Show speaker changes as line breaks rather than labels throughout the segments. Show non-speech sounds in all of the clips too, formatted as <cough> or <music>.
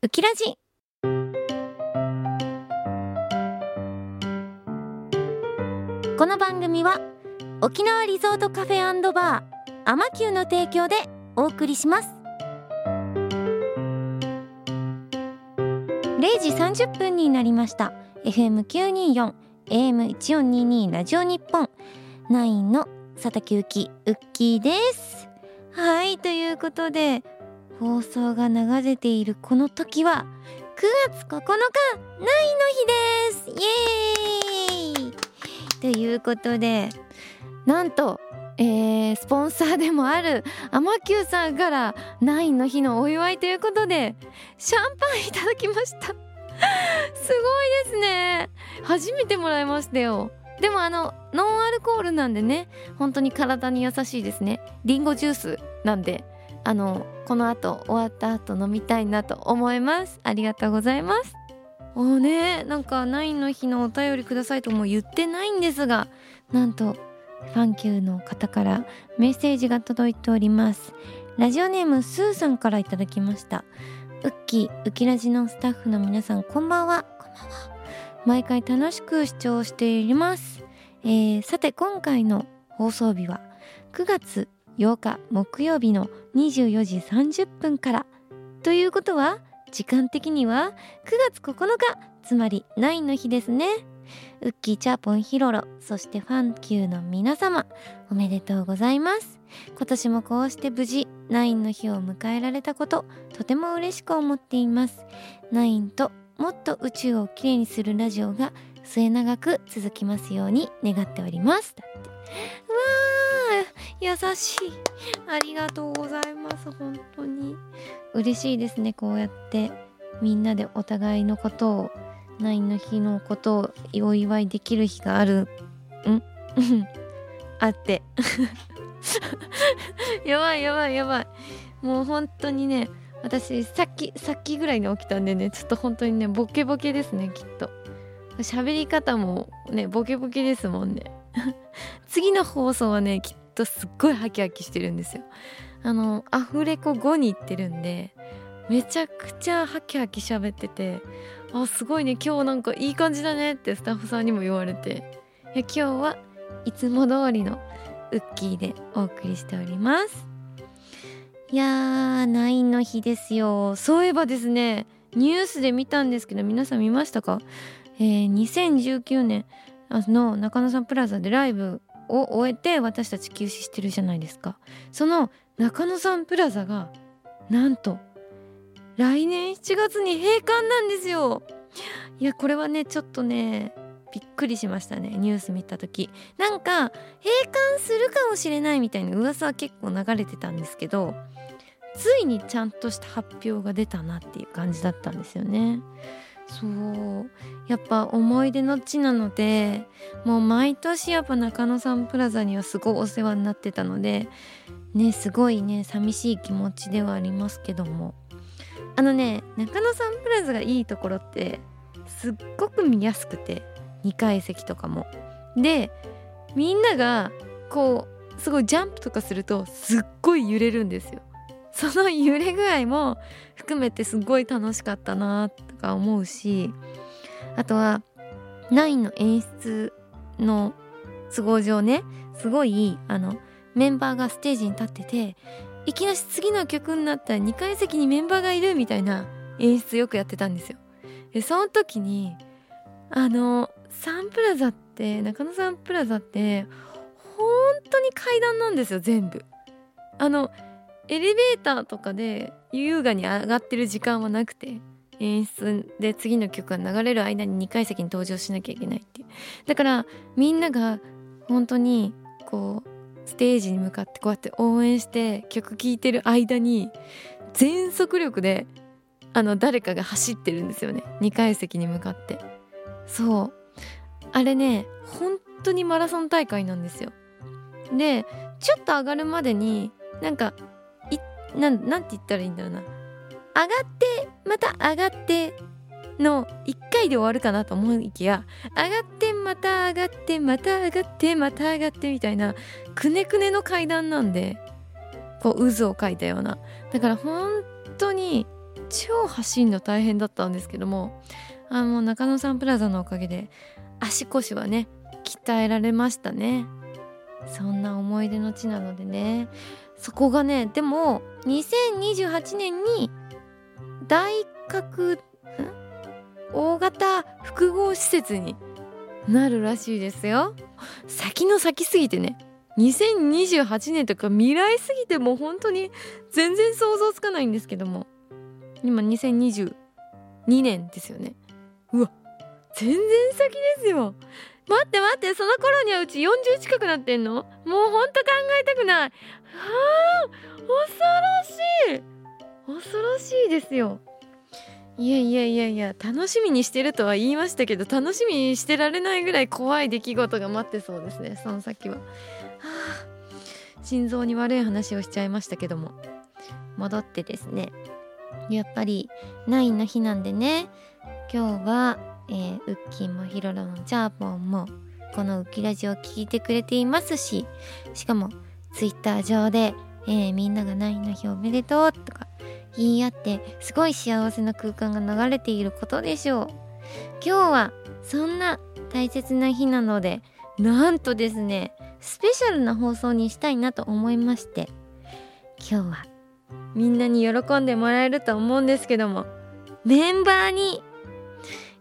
ウキラジこの番組は沖縄リゾートカフェバーアマキューの提供でお送りします0時30分になりました FM924 AM1422 ラジオ日本ナインの佐竹ウキウッキーですはいということで放送が流れているこの時は9月9日ナイの日ですイエーイということでなんと、えースポンサーでもあるアマキューさんからナインの日のお祝いということでシャンパンいただきました <laughs> すごいですね初めてもらいましたよでもあのノンアルコールなんでね本当に体に優しいですねリンゴジュースなんであのこの後終わった後飲みたいなと思いますありがとうございますおーねなんかナインの日のお便りくださいとも言ってないんですがなんとファンキューの方からメッセージが届いておりますラジオネームスーさんからいただきましたウッキーウキラジのスタッフの皆さんこんばんはこんばんは毎回楽しく視聴しています、えーさて今回の放送日は9月8日木曜日の24時30分からということは時間的には9月9日つまりナインの日ですねウッキーチャーポンヒロロそしてファンキューの皆様おめでとうございます今年もこうして無事ナインの日を迎えられたこととても嬉しく思っていますナインともっと宇宙をきれいにするラジオが末永く続きますように願っておりますだってうわー優しいありがとうございます本当に嬉しいですねこうやってみんなでお互いのことをナインの日のことをお祝いできる日があるん <laughs> あって <laughs> やばいやばいやばいもう本当にね私さっきさっきぐらいに起きたんでねちょっと本当にねボケボケですねきっと喋り方もねボケボケですもんね次の放送はねきっとすっごいハキハキしてるんですよあのアフレコ後に行ってるんでめちゃくちゃハキハキ喋っててあすごいね今日なんかいい感じだねってスタッフさんにも言われていや今日はいつも通りのウッキーでお送りしておりますいやーナインの日ですよそういえばですねニュースで見たんですけど皆さん見ましたか、えー2019年あの中野サンプラザでライブを終えて私たち休止してるじゃないですかその中野サンプラザがなんと来年7月に閉館なんですよいやこれはねちょっとねびっくりしましたねニュース見た時なんか閉館するかもしれないみたいな噂は結構流れてたんですけどついにちゃんとした発表が出たなっていう感じだったんですよねそうやっぱ思い出の地なのでもう毎年やっぱ中野サンプラザにはすごいお世話になってたのでねすごいね寂しい気持ちではありますけどもあのね中野サンプラザがいいところってすっごく見やすくて2階席とかも。でみんながこうすごいジャンプとかするとすっごい揺れるんですよ。その揺れ具合も含めてすごい楽しかったなとか思うしあとはナインの演出の都合上ねすごいあのメンバーがステージに立ってていきなり次の曲になったら2階席にメンバーがいるみたいな演出よくやってたんですよ。でその時にあのサンプラザって中野サンプラザって本当に階段なんですよ全部。あのエレベーターとかで優雅に上がってる時間はなくて演出で次の曲が流れる間に2階席に登場しなきゃいけないっていうだからみんなが本当にこうステージに向かってこうやって応援して曲聴いてる間に全速力であの誰かが走ってるんですよね2階席に向かってそうあれね本当にマラソン大会なんですよでちょっと上がるまでになんかいなんなんて言ったらいいんだろうな上がってまた上がっての1回で終わるかなと思いきや上がってまた上がってまた上がってまた上がってみたいなくねくねの階段なんでこう渦を描いたようなだから本当に超走んの大変だったんですけどもあの中野サンプラザのおかげで足腰はね鍛えられましたねそんな思い出の地なのでねそこがねでも2028年に大角ん大型複合施設になるらしいですよ先の先すぎてね2028年とか未来すぎてもう本当に全然想像つかないんですけども今2022年ですよねうわ全然先ですよ待って待ってその頃にはうち40近くなってんのもうほんと考えたくないはあ恐ろしい恐ろしいですよいやいやいやいや楽しみにしてるとは言いましたけど楽しみにしてられないぐらい怖い出来事が待ってそうですねその先は、はあ、心臓に悪い話をしちゃいましたけども戻ってですねやっぱりナインの日なんでね今日は、えーウッキーもヒロロもジャーポンもこのウッキラジオを聞いてくれていますししかもツイッター上で、えーみんながナインの日おめでとうとか言い合ってすごい幸せな空間が流れていることでしょう今日はそんな大切な日なのでなんとですねスペシャルな放送にしたいなと思いまして今日はみんなに喜んでもらえると思うんですけどもメンバーに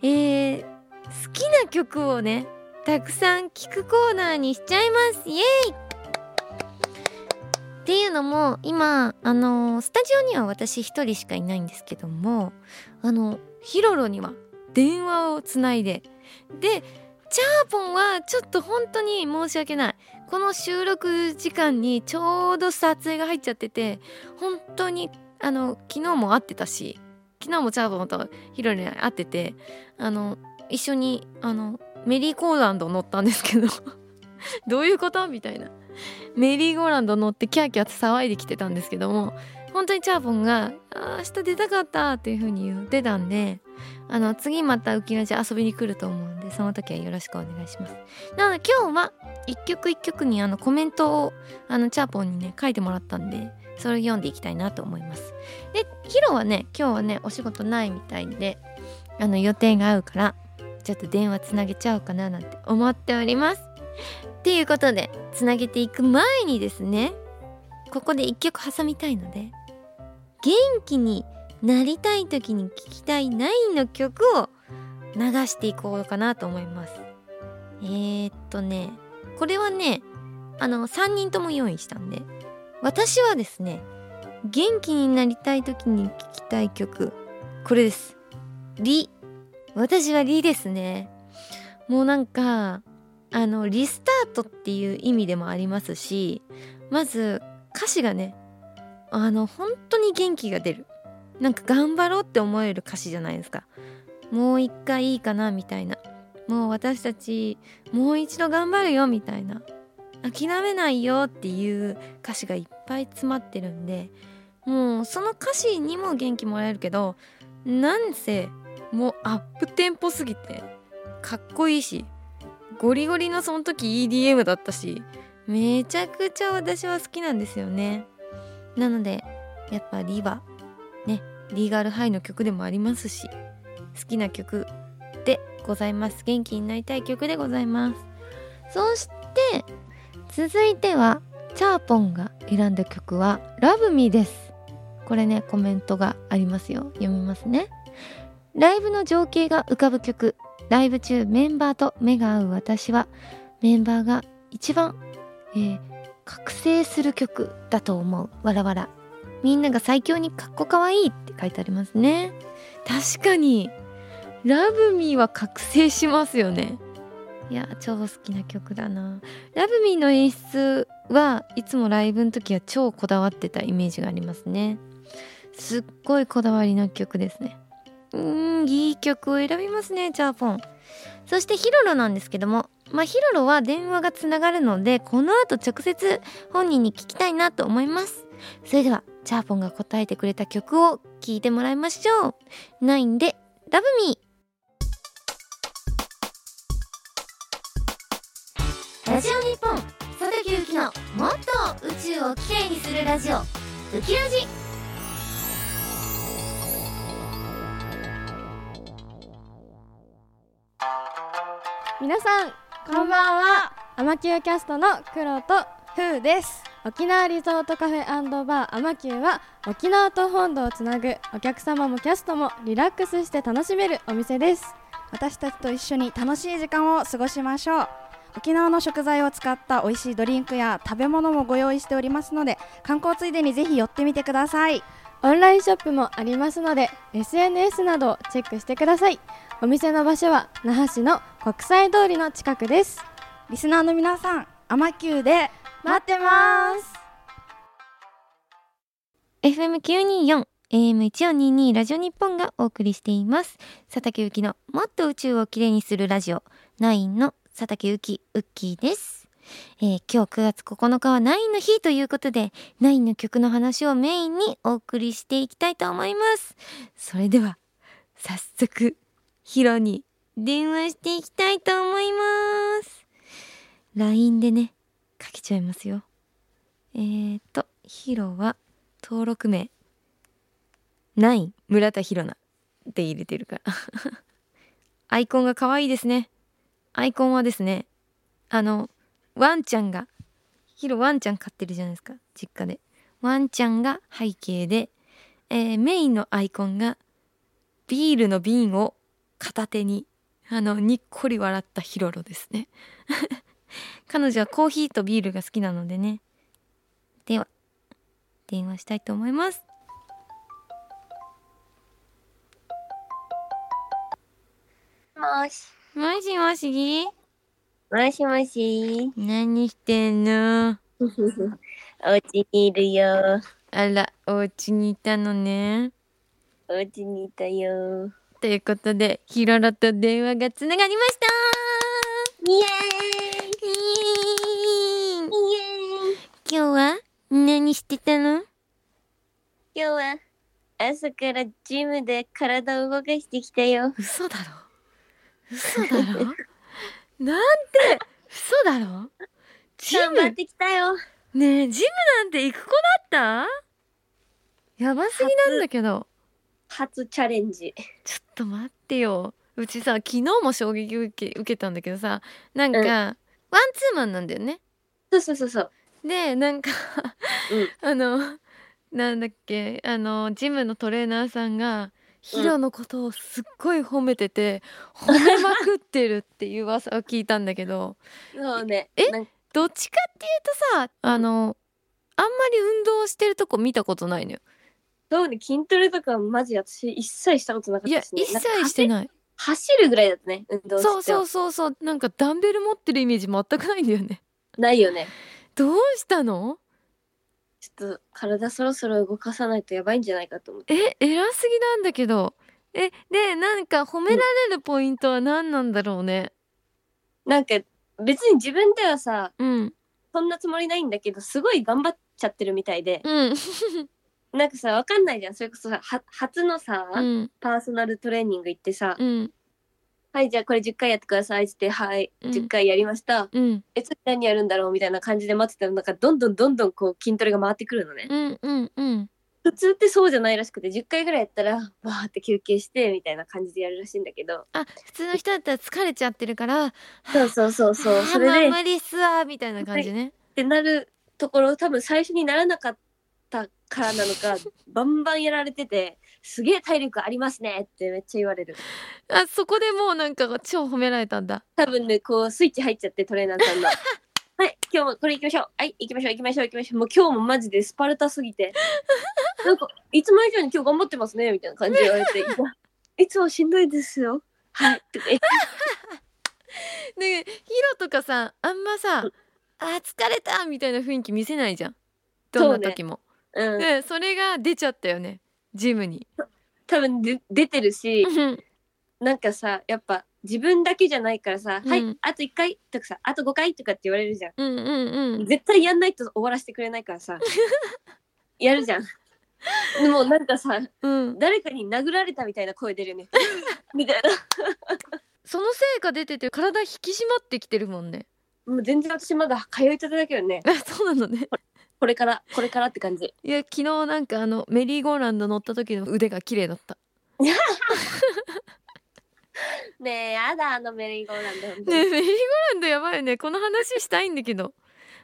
えー、好きな曲をねたくさん聴くコーナーにしちゃいますイエーイっていうのも今あのスタジオには私一人しかいないんですけどもあのヒロロには電話をつないででチャーポンはちょっと本当に申し訳ないこの収録時間にちょうど撮影が入っちゃってて本当にあの昨日も会ってたし昨日もチャーポンとヒロロに会っててあの一緒にあのメリーコーランド乗ったんですけど <laughs> どういうことみたいなメリーゴーランド乗ってキャーキャーと騒いできてたんですけども本当にチャーポンが「あー明日出たかった」っていう風に言ってたんであの次またウキラジ遊びに来ると思うんでその時はよろしくお願いしますなので今日は一曲一曲にあのコメントをあのチャーポンにね書いてもらったんでそれを読んでいきたいなと思いますでヒロはね今日はねお仕事ないみたいであの予定が合うからちょっと電話つなげちゃおうかななんて思っておりますっていうことでつなげていく前にですねここで一曲挟みたいので元気になりたい時に聴きたいナインの曲を流していこうかなと思いますえー、っとねこれはねあの3人とも用意したんで私はですね元気になりたい時に聴きたい曲これですリ私はリですねもうなんかあのリスタートっていう意味でもありますしまず歌詞がねあの本当に元気が出るなんか頑張ろうって思える歌詞じゃないですかもう一回いいかなみたいなもう私たちもう一度頑張るよみたいな諦めないよっていう歌詞がいっぱい詰まってるんでもうその歌詞にも元気もらえるけどなんせもうアップテンポすぎてかっこいいしゴリゴリのその時 EDM だったしめちゃくちゃ私は好きなんですよねなのでやっぱリはねリーガルハイの曲でもありますし好きな曲でございます元気になりたい曲でございますそして続いてはチャーポンが選んだ曲は「ラブミですこれねコメントがありますよ読みますねライブの情景が浮かぶ曲ライブ中メンバーと目が合う私はメンバーが一番、えー覚醒する曲だと思うわらわらみんなが最強にかっこかわいいって書いてありますね確かにラブミーは覚醒しますよねいや超好きな曲だなラブミーの演出はいつもライブの時は超こだわってたイメージがありますねすっごいこだわりの曲ですねうーんいい曲を選びますねチャーポンそしてヒロロなんですけどもまあヒロロは電話がつながるのでこの後直接本人に聞きたいなと思いますそれではチャーポンが答えてくれた曲を聴いてもらいましょうナインでラブミーラジオ日本佐竹ゆきのもっと宇宙をきれいにするラジオウキラジ
皆さんこんばんはアマキューキャストのクロと
ふうです
沖縄リゾートカフェバーアマキューは沖縄と本土をつなぐお客様もキャストもリラックスして楽しめるお店です
私たちと一緒に楽しい時間を過ごしましょう沖縄の食材を使った美味しいドリンクや食べ物もご用意しておりますので観光ついでにぜひ寄ってみてください
オンラインショップもありますので SNS などをチェックしてくださいお店の場所は那覇市の国際通りの近くです
リスナーの皆さんアマキューで
待ってます
FM924 AM1422 ラジオ日本がお送りしています佐竹ゆきのもっと宇宙をきれいにするラジオナインの佐竹ゆきウッキーです、えー今日9月9日はナインの日ということでナインの曲の話をメインにお送りしていきたいと思いますそれでは早速ヒロに電話していきたいと思います LINE でねかけちゃいますよえーとヒロは登録名ナイン村田ヒロナって入れてるから <laughs> アイコンが可愛いですねアイコンはですねあのワンちゃんがヒロワンちゃん飼ってるじゃないですか実家でワンちゃんが背景で、えーメインのアイコンがビールの瓶を片手にあのにっこり笑ったヒロロですね <laughs> 彼女はコーヒーとビールが好きなのでねでは電話したいと思います
もし、
もしもし
もしもし。
何してんの
お家にいるよ。
あらお家にいたのね
お家にいたよ。
ということでヒロロと電話がつながりました
イエ
イエ
ーイ
ーイ
イエーイ
今日は何してたの
今日は朝からジムで体を動かしてきたよ。
嘘だろ嘘だろ <laughs> なんて嘘だろジ
頑張っ
ム
てきたよ。
ねえジムなんて行く子だったやばすぎなんだけど
初チャレンジ。
ちょっと待ってようちさ昨日も衝撃を受け受けたんだけどさなんか、
うん
ワンツーマンなんだよね
そうそうそうそう。
でなんか <laughs> あのなんだっけあのジムのトレーナーさんがヒロのことをすっごい褒めてて、褒めまくってるっていう噂を聞いたんだけど
そうね。
え
なんか
どっちかっていうとさあのあんまり運動してるとこ見たことないのよ。
そうね。筋トレとかマジ私一切したことなかっ
いや
たし、ね。
一切して
い。
ない。
走るぐらいだったね。運動して
そう
は
そうそうそうなんかダンベル持ってるイメージ全くないんだよね。
ないよね。
どうしたの
ちょっと体そろそろ動かさないとやばいんじゃないかと思って。
え偉すぎなんだけど。えでなんか褒められるポイントは何なんだろうね。
なんか別に自分ではさ、
うん。
そんなつもりないんだけどすごい頑張っちゃってるみたいで
うん。
なんかさわかんないじゃんそれこそさは初のさ、
うん。
パーソナルトレーニング行ってさ「
うん
はいじゃあこれ10回やってください」っつって「はい、
うん
10回やりました
うん
え次何やるんだろう?」みたいな感じで待ってたらなんかどんどんどんどんこう筋トレが回ってくるのね、
うんうんうん
普通ってそうじゃないらしくて10回ぐらいやったらわーって休憩してみたいな感じでやるらしいんだけど
あ普通の人だったら疲れちゃってるから
そうそうそう
あ
そう
ー
それで
まあ無理っすわーみたいな感じね、
ってなるところ多分最初にならなかったからな
<laughs>
のかバンバンやられててすげえ体力ありますねってめっちゃ言われる
あそこでもうなんか超褒められたんだ
多分ねこうスイッチ入っちゃってトレーナーさんの
<laughs>
はい今日もこれ行きましょうはい行きましょう行きましょう行きましょうもう今日もマジでスパルタすぎ
<laughs>
てなんかいつも以上に今日頑張ってますねみたいな感じで言われ
<laughs>
ていやいつもしんどいですよはいとかえ
ねえヒロとかさあんまさあー疲れたみたいな雰囲気見せないじゃんどんな時も
う
そ,、
ん、
ね、それが出ちゃったよねジムに
多分で出てるし
うん
なんかさやっぱ自分だけじゃないからさ「は
う
い
ん
あと1回」とかさ「あと5回」とかって言われるじゃん
うんうん
絶対やんないと終わらせてくれないから <laughs> さやるじゃんでもなんかさ
うんうん
誰かに殴られたみたいな声出るよ <laughs> ねみたいな
その成果出てて体引き締まってきてるもんね <laughs>
もう全然私まだ通いたてだけどね
あそうなのね
これからこれからって感じ
いや昨日なんかあのメリーゴーランド乗った時の腕が綺麗だった
ねねえ、やだ、あのメリーゴーランド本当
ね
に。
えメリーゴーランドやばいよねこの話したいんだけ
<laughs>
ど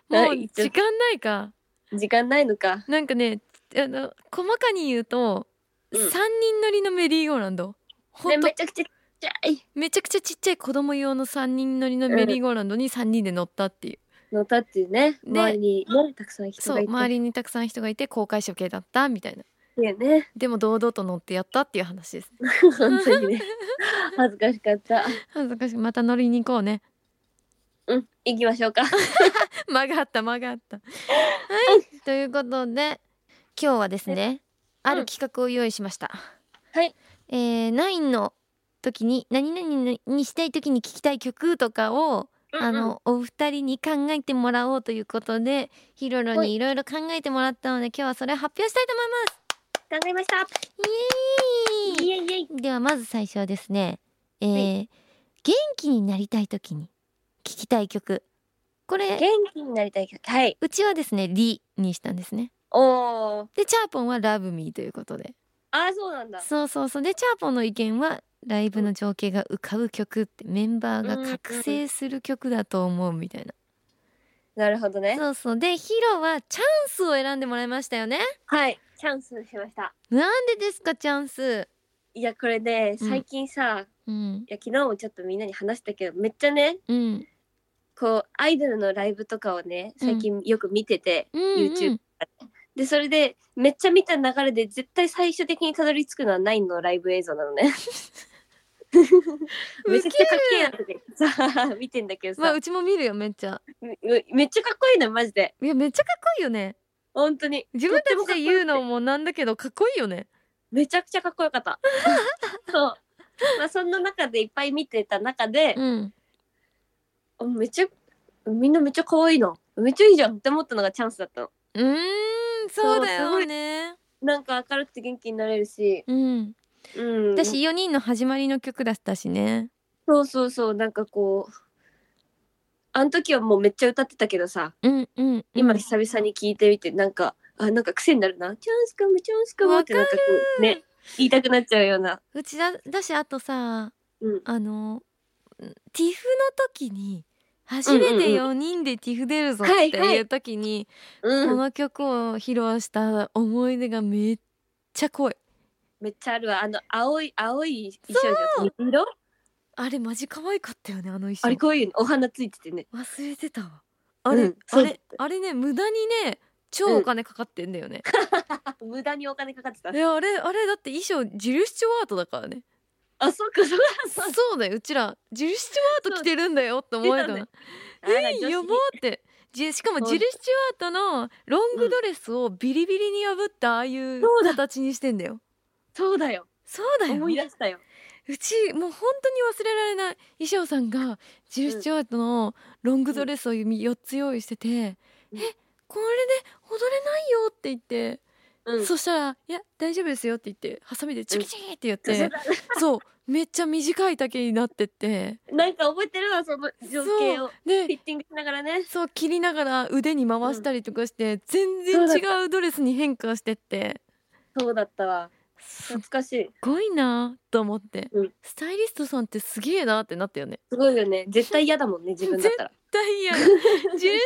も
は
う
い
時間ないか
時間ないのか。
なんかねあの細かに言うと、
うん
3人乗りのメリーゴーランドほ
ね、
んと
めちゃくちゃちっちゃい。
めちゃくちゃちっちゃい子供用の3人乗りのメリーゴーランドに3人で乗ったっていう、
のたっていうね、
ね
周りにね、たくさん人
そ
が
う
いて。
周りにたくさん人がいて公開処刑だったみたいな
り。 <laughs> ね、
でも堂々と乗ってやったっていう話
<laughs>
ですね
本当にね。恥ずかしかった。
恥ずかしいまた乗りに行こうね
うん、行きましょうか。
<laughs> 間があった間があったはいということで今日はですねある企画を用意しました、
はい
えー、ナインの時に何々にしたい時に聞きたい曲とかをあ
うんうん、
のお二人に考えてもらおうということでヒロロ
は
に
い
いろいろ考えてもらったので今日はそれを発表したいと思います
考えまし
イ
た。
エーイ
イエイイエイ。
ではまず最初はですね、えー
は
元気になりたい時に聴きたい曲これ
元気になりたい曲。はい。
うちはですね「リ」にしたんですね
おー。
でチャーポンは「ラブミーということで
あー、そうなんだ。
そうそうそうでチャーポンの意見はライブの情景が浮かぶ曲ってメンバーが覚醒する曲だと思うみたいな
なるほどね。
そうそうでヒロはチャンスを選んでもらいましたよね
はい。チャンスしました。
なんでですかチャンス
いや、これね、
うん
最近さ、
うん
いや昨日もちょっとみんなに話したけどめっちゃね
うん
こうアイドルのライブとかをね最近よく見てて、
うんうん
YouTube でそれでめっちゃ見た流れで絶対最終的にたどり着くのはナインのライブ映像なの <laughs> ね。めちゃくちゃかっけえなってさ <laughs> 見てんだけど
まあ
さ、
うちも見るよめっちゃ
めめっちゃかっこいいのマジで
いやめっちゃかっこいいよね
本当に
自分たちで言うのもなんだけどかっこいいよね
めちゃくちゃかっこよか <laughs> った。そうまあそんな中でいっぱい見てた中で、
うん
あめっちゃみんなめっちゃ可愛いなめっちゃいいじゃんって思ったのがチャンスだったの。
うーんそうだよね
なんか明るくて元気になれるし、
うん
うん、
私4人の始まりの曲だったしね
そうそうそうなんかこうあの時はもうめっちゃ歌ってたけどさ
うんうん、うん、
今久々に聞いてみてなんか、あなんか癖になるなチャンスかもチャンスかもってなんかこうね言いたくなっちゃうような、
うちだだしあとさ
うん、
あのんティフの時に初めて
うんうん
4人でティフ出るぞっ
はい
て
はい
いう時にこ
うん、
の曲を披露した思い出がめっちゃ濃い
めっちゃあるわあの青い青い衣装じゃん色
あれマジ可愛かったよねあの衣
あれ
装
こういうのお花ついててね
忘れてたわあれ、
うん
あ
そうだっ
れあれね無駄にね超お金かかってんだよね、
あ無駄にお金かかってた
いやあれあれだって衣装ジルシチュワートだからね
あそっかそっか <laughs> そう
そうだようちらジルシチュワート着てるんだよって思
<laughs>
えたの
そう
え
あら
ー
女子
やばーってじしかも
そう
ジルシチュワートのロングドレスをビリビリに破ったああいう
そうだ
形にしてんだよ
そうだよ
そうだよ
思い出したよ
うちもう本当に忘れられない衣装さんがジル・スチュワートのロングドレスを4つ用意してて「
うん
えこれで踊れないよ」って言って、
うん
そしたら「いや大丈夫ですよ」って言ってハサミでチキチキってやっ
そう
て、そうめっちゃ短い丈になってって
なんか覚えてるわその情景をフ
で
ィッティングしながらね
そう切りながら腕に回したりとかして、全然
そうだ
違うドレスに変化してって
そうだったわ
すっ
懐かしい
ごいなと思って、
うん
スタイリストさんってすげえなってなったよね。
すごいよね絶対嫌だもんね自分だったら
ダイ
<laughs>
ヤジル・スチュワー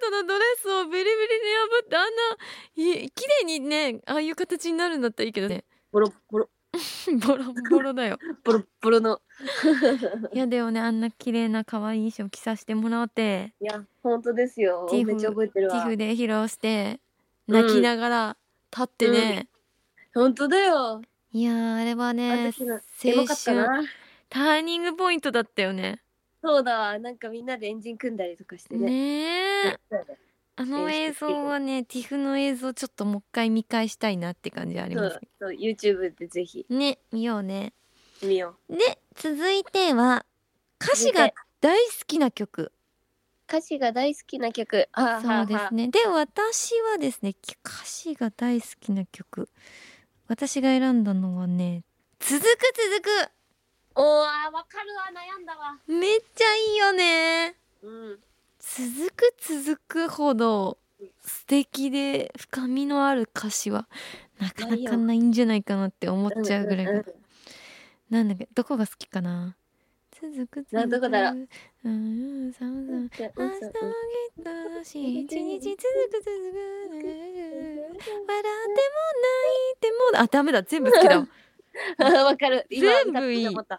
トのドレスをビリビリで破ってあんない綺麗にねああいう形になるんだったらいいけどね <laughs>
ボロボロ
ボロボロだ
<laughs>
よ
ボロボロの
いやだよねあんな綺麗な可愛い衣装着させてもらって
いや本当ですよ
ティフ
めっちゃ覚えて
テ
る
ィ
わ
フで披露して
うん
泣きながら立ってね、
本当だよ
いやーあれは
あの
ね
時のエ
青
モかった
春
な
ターニングポイントだったよね
そうだわなんかみんなでエンジン組んだりとかしてね
ねえあの映像はねティフの映像ちょっともう一回見返したいなって感じあり
そ
ます
うそう YouTube でぜひ
ね見ようね
見よ
で続いては歌
う
詞が大好きな曲
歌詞が大好きな曲あー
そうで
は
すねで私はですねき歌詞が大好きな曲私が選んだのはね「続く続く
ーはーおーあーわかるわ悩んだわ」
めっちゃいいよね
うん
続く続くほど素敵で深みのある歌詞はなかなかないんじゃないかなって思っちゃうぐらいが
うんうんうん
なんだっけどこが好きかな続く
などこだろ
ううんさんさん明日もきっとし一日続く続く笑っても泣いてもあダメだ全部好きだわ <laughs>
<laughs> わかる。今
全部いい
歌って思った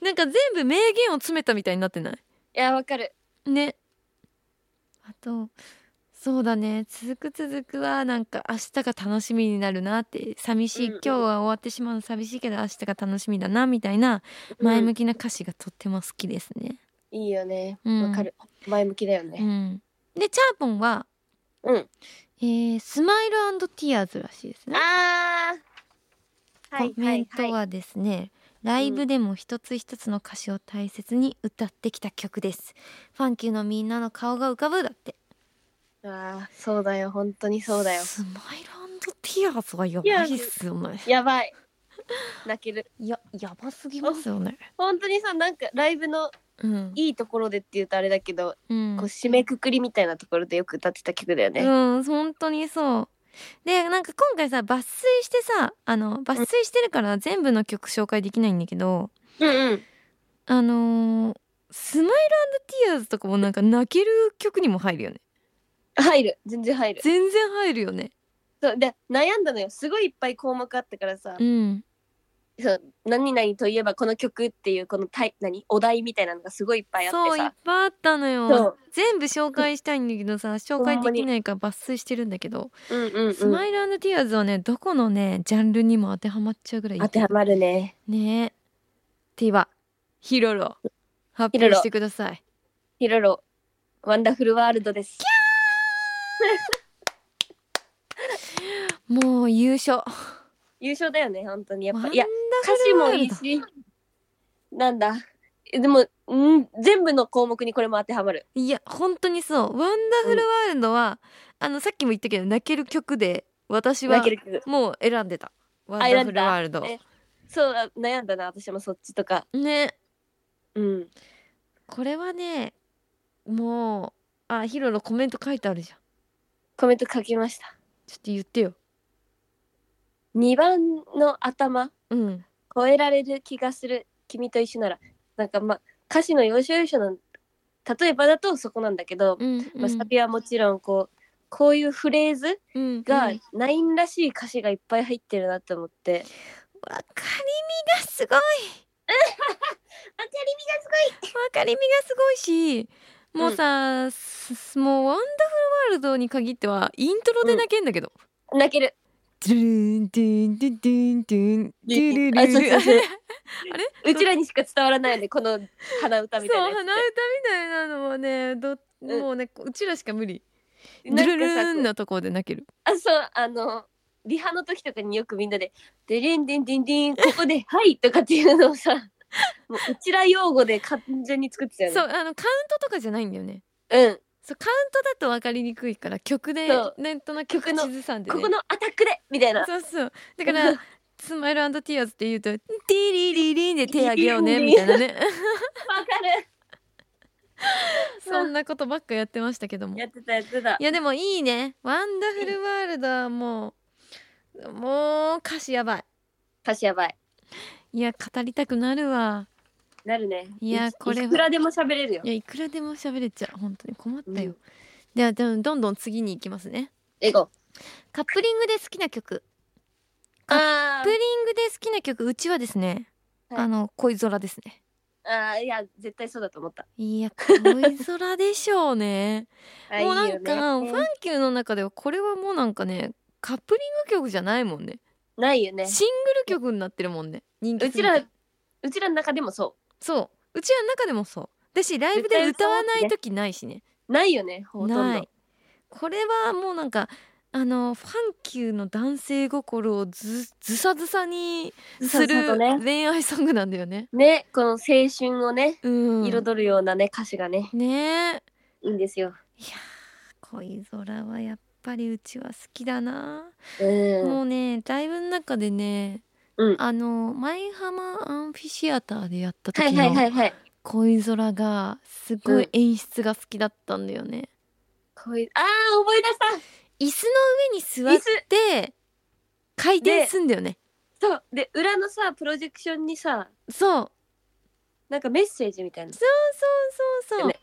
い
なんか全部名言を詰めたみたいになってない
や、わかる。
ねあとそうだね続く続くはなんか明日が楽しみになるなって寂しい、
うんうん
今日は終わってしまうの寂しいけど明日が楽しみだなみたいな前向
き。
きな歌詞がとっても好きですね
いいよね。
うん
わかる。前向きだよ
う
ね。
んでチャーポンは、
うん。
えースマイルティアーズらしいですね
ああ。はい
コ
は
メン
い
ト
はい。
はですね、ライブでも一つ一つの歌詞を大切に歌ってきた曲です、ファンキューのみんなの顔が浮かぶだって
ああ、そうだよ。本当にそうだよ。
スマイルティアーズはやばいっすよね
や
<laughs>
ばい。泣ける。
いややばすぎますよね
本当にさ、なんかライブの
うん
いいところでって言うとあれだけど、
うん
こう締めくくりみたいなところでよく歌ってた曲だよね。
うん本当にそうでなんか今回さ抜粋してさあの抜粋してるから全部の曲紹介できないんだけど、
うんうん。
あのースマイルティアーズとかもなんか泣ける曲にも入るよね
入る。全然入る。
全然入るよね
そうで悩んだのよ。すごいいっぱい項目あったからさ、
うん
そう何々といえばこの曲っていうこのタイ何お題みたいなのがすごいいっぱいあって
そういっ
さ。
ぱいあったの
そ
よ
う
全部紹介したいんだけどさ紹介できないから抜粋してるんだけど
うん
「ス
うんうん。
マイルティアーズはねどこのねジャンルにも当てはまっちゃうぐらいいい
当てはまるね。
ねえではヒロロ発表してください
ヒロロ、ワンダフルワールドです。
もう優勝
優勝だよね、本当に。やっ
ワン
ぱ、
ダ
いや、歌
フ
詞
ルワ
も
ールド
いいし、なんだ。えでも、ん全部の項目にこれも当てはまる。
いや本当にそう「ワンダフルワールドは」あのさっきも言ったけど泣ける曲で私は
マイケル君。
もう選んでた「ワ
あ
ンダ
選
フ
ん
ル
だ
ワールド
えそうだ、悩んだな、私もそっちとか。」
ね
うん。
これはねもうあヒロのコメント書いてあるじゃん
コメント書きました。
ちょっと言ってよ
2番の頭、
うん
超えられる気がする、君と一緒なら。なんか、まあ、歌詞の要所要所の、例えばだとそこなんだけど、
うん
まあ、サビはもちろん、こう、こういうフレーズ
うん
が
うん
ナインらしい歌詞がいっぱい入ってるなと思って、
わかりみがすごいわ
あか
かりみがすごいしもうさ、すもう「ワンダフルワールド」に限ってはイントロで泣けんだけど、
り泣ける
ドゥルンドゥンドゥンドゥンドゥンドゥルルル
あそうそう
あ
そう
れ
うちらにしか伝わらないよねこの鼻歌
そう
みた
鼻
い
歌み
な
た
や
いなのはねど
うん
もうねこうちらしか無理
つ
ドゥルルルン
なんかさ
のところで泣ける
あそうあのリハの時とかによくみんなで「デレンデンデンデンここではい」とかっていうのをさもううちら用語で完全に作ってたよね
そうあのカウントとかじゃないんだよね
うん
そうカウントだと分かりにくいから曲で
そう
ネットの曲
曲の
地図さんで、ね、
ここのアタックでみたいな
そうそうだから <laughs> 「スマイルティアーズ」って言うと「ティリリリン」で手あげようね
リリ
み
リ
たいなね
わかる <laughs>
そんなことばっかやってましたけども
やってたやって
い
た
やでもいいね「ワンダフルワールド」はもうもう歌詞やばい
歌詞やばい
いや語りたくなるわ
なるね
いや
い
これ
いくらでも喋れるよ
いやいくらでも喋れちゃう本当に困ったよ、
うん
ではでもどんどん次に行きますね
エゴ
カップリングで好きな曲カ
あ
ップリングで好きな曲うちはですね、
はい
あの恋空ですね
ーあーいや絶対そうだと思った
いや恋空でしょうね
<laughs> あ
もうなん
いい
か
よね
ファンキューの中ではこれはもうなんかねカップリング曲じゃないもんね
ないよね
シングル曲になってるもんね人気
う
す
ち
ぎて
らうちらの中でもそ
そううちらの中でもそうだしライブで歌わない時ないしね
うないよねほとんど
ないこれはもうなんかあのファンキューの男性心をずずさずさにす
そうそうそ
る
うね
恋愛ソングなんだよね。
ねこの青春をね
うん、
彩るようなね歌詞がね
ねえ
いいんですよ
いやー恋空はやっぱりうちは好きだな、
うん
もうねライブの中でね、
うん
あの舞浜アンフィシアターでやった
は
時
いはいは
の
いはい
恋空がすご
う
い
ん
演出が好きだったんだよね。
こういうあー思い出し
椅子の上に座って回転すんだよね。
たそうで裏のさプロジェクションにさ
そう
なんかメッセージみたいな。
そうそうそうそう。
ね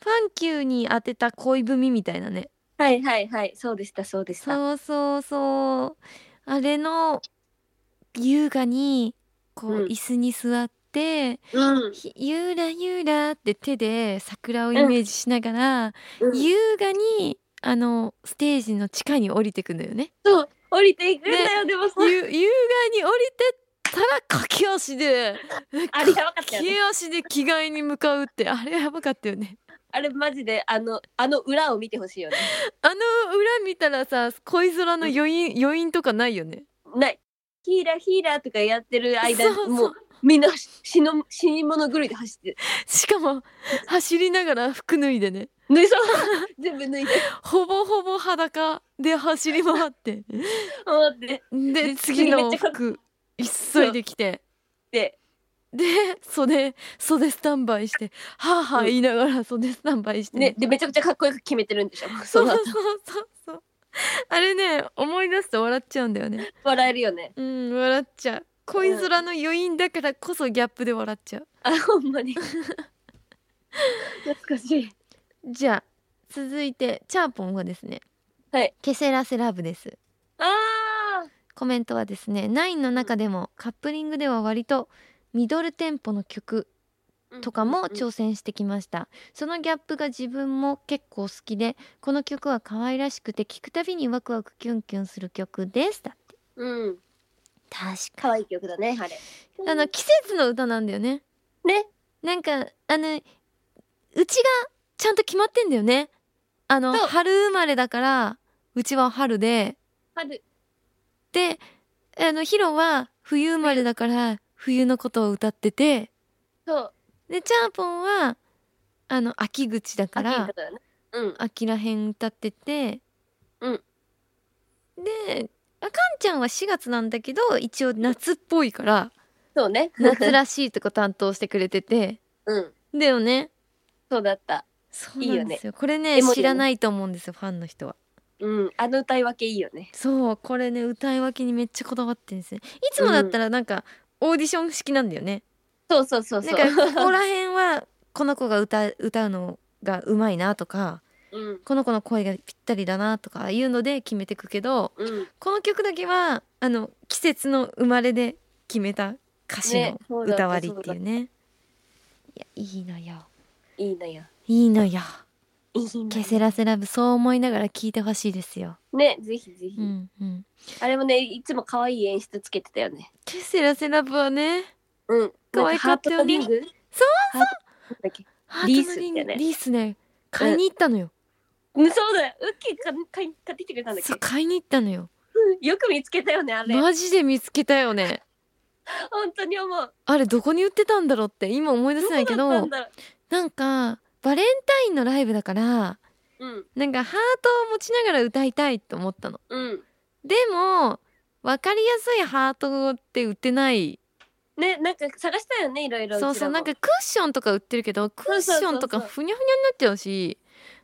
ファンキューに当てた恋文みたいなね。
はいはいはい、そうでした、そうでした。
そうそうそう。あれの優雅にこう
うん
椅子に座って、
うん。
ひゆらゆらって手で桜をイメージしながら、
うん
優雅にあのステージの地下に降りてくのよね。
そう、降りていくんだよ、でもそう。
ゆ優雅に降りてったら駆け足で
あれやばかったよ
駆
ね。
け足で着替えに向かうってあれやばかったよね。
あれマジで、あの、あの裏を見てほしいよね。
あの裏見たらさ恋空の余韻、余韻とかないよね。
ない。ヒーラーヒーラーとかやってる間、
そうそう
もうみんな死の死に物狂いで走って
しかも走りながら服脱いでね
脱い <laughs> そう全部脱いで
ほぼほぼ裸で走り回って
思って
で
で
次
め
の
っちゃかっ
服急いできて
で
で袖袖スタンバイしてはあはあ言いながら袖スタンバイして、
ね、でめちゃくちゃかっこよく決めてるんでしょ
そ
<laughs> そうの
そうそうそうあれね思い出すと笑っちゃうんだよね
笑えるよね
うん笑っちゃう恋空の余韻だからこそギャップで笑っちゃう
あほんま <laughs> に懐かしい
じゃあ続いてチャーポンはですね
はい
ケセラセラブです
あー
コメントはですね「ナインの中でもカップリングでは割とミドルテンポの曲とかも挑戦してきましたそのギャップが自分も結構好きでこの曲は可愛らしくて聴くたびにワクワクキュンキュンする曲です」だって
うん
確か
可愛い曲だねあれ
あの季節の歌なんだよね
ね
なんかあのうちがちゃんと決まってんだよねあの
そう
春生まれだからうちは春で
春
であのヒロは冬生まれだから冬のことを歌ってて
そう
でチャーポンはあの秋口だか
秋の
ら
曲だねうん
秋らへん歌ってて
うん
であかんちゃんは4月なんだけど一応夏っぽいから
そうね
夏らしいとこ担当してくれてて
<laughs> うん
だよね
そうだった
そうなんですよこれ
絵
ね
文字ね
知らないと思うんですよファンの人は
うんあの歌い分けいいよね
そうこれね歌い分けにめっちゃこだわってるんですねいつもだったらなんか、オーディション式なんだよね
そうそうそうそ
<laughs>
う
なんかここら辺はこの子が歌う歌うのがうまいなとか
うん
この子の声がぴったりだなとかいうので決めてくけど
うん
この曲だけはあの季節の生まれで決めた歌詞
ね
の
そうだった
歌割りっていうねいやいいのよ
いいのよ
いいのよ
いいの
ケセラセラブそう思いながら聴いてほしいですよ、
ねぜひぜひ、
うんうん、
あれもねいつも可愛い演出つけてたよね
ケセラセラブはね
うん
可愛かったよね
なんハートとリング
そう
そうだっけ
ハ
リ
ー
ー
ト
ス
の
っ
リン
てね
リースね買いに行ったのよ、
うんそうだよウッキーか買い買ってきてくれたんだっけ
そう買いに行ったのよ
うんよく見つけたよねあれ
マジで見つけたよね
本当に思う
あれどこに売ってたんだろうって今思い出せないけ
うだった
ど
んだろ
なんかバレンタインのライブだから
ううん
なんかハートを持ちながら歌いたいと思ったの
うん
でも分かりやすいハートって売ってない
ねなんか探したよねいろいろ
そうそうなんかクッションとか売ってるけどクッションとか
そうそうそうそう
ふにゃふにゃになっちゃうし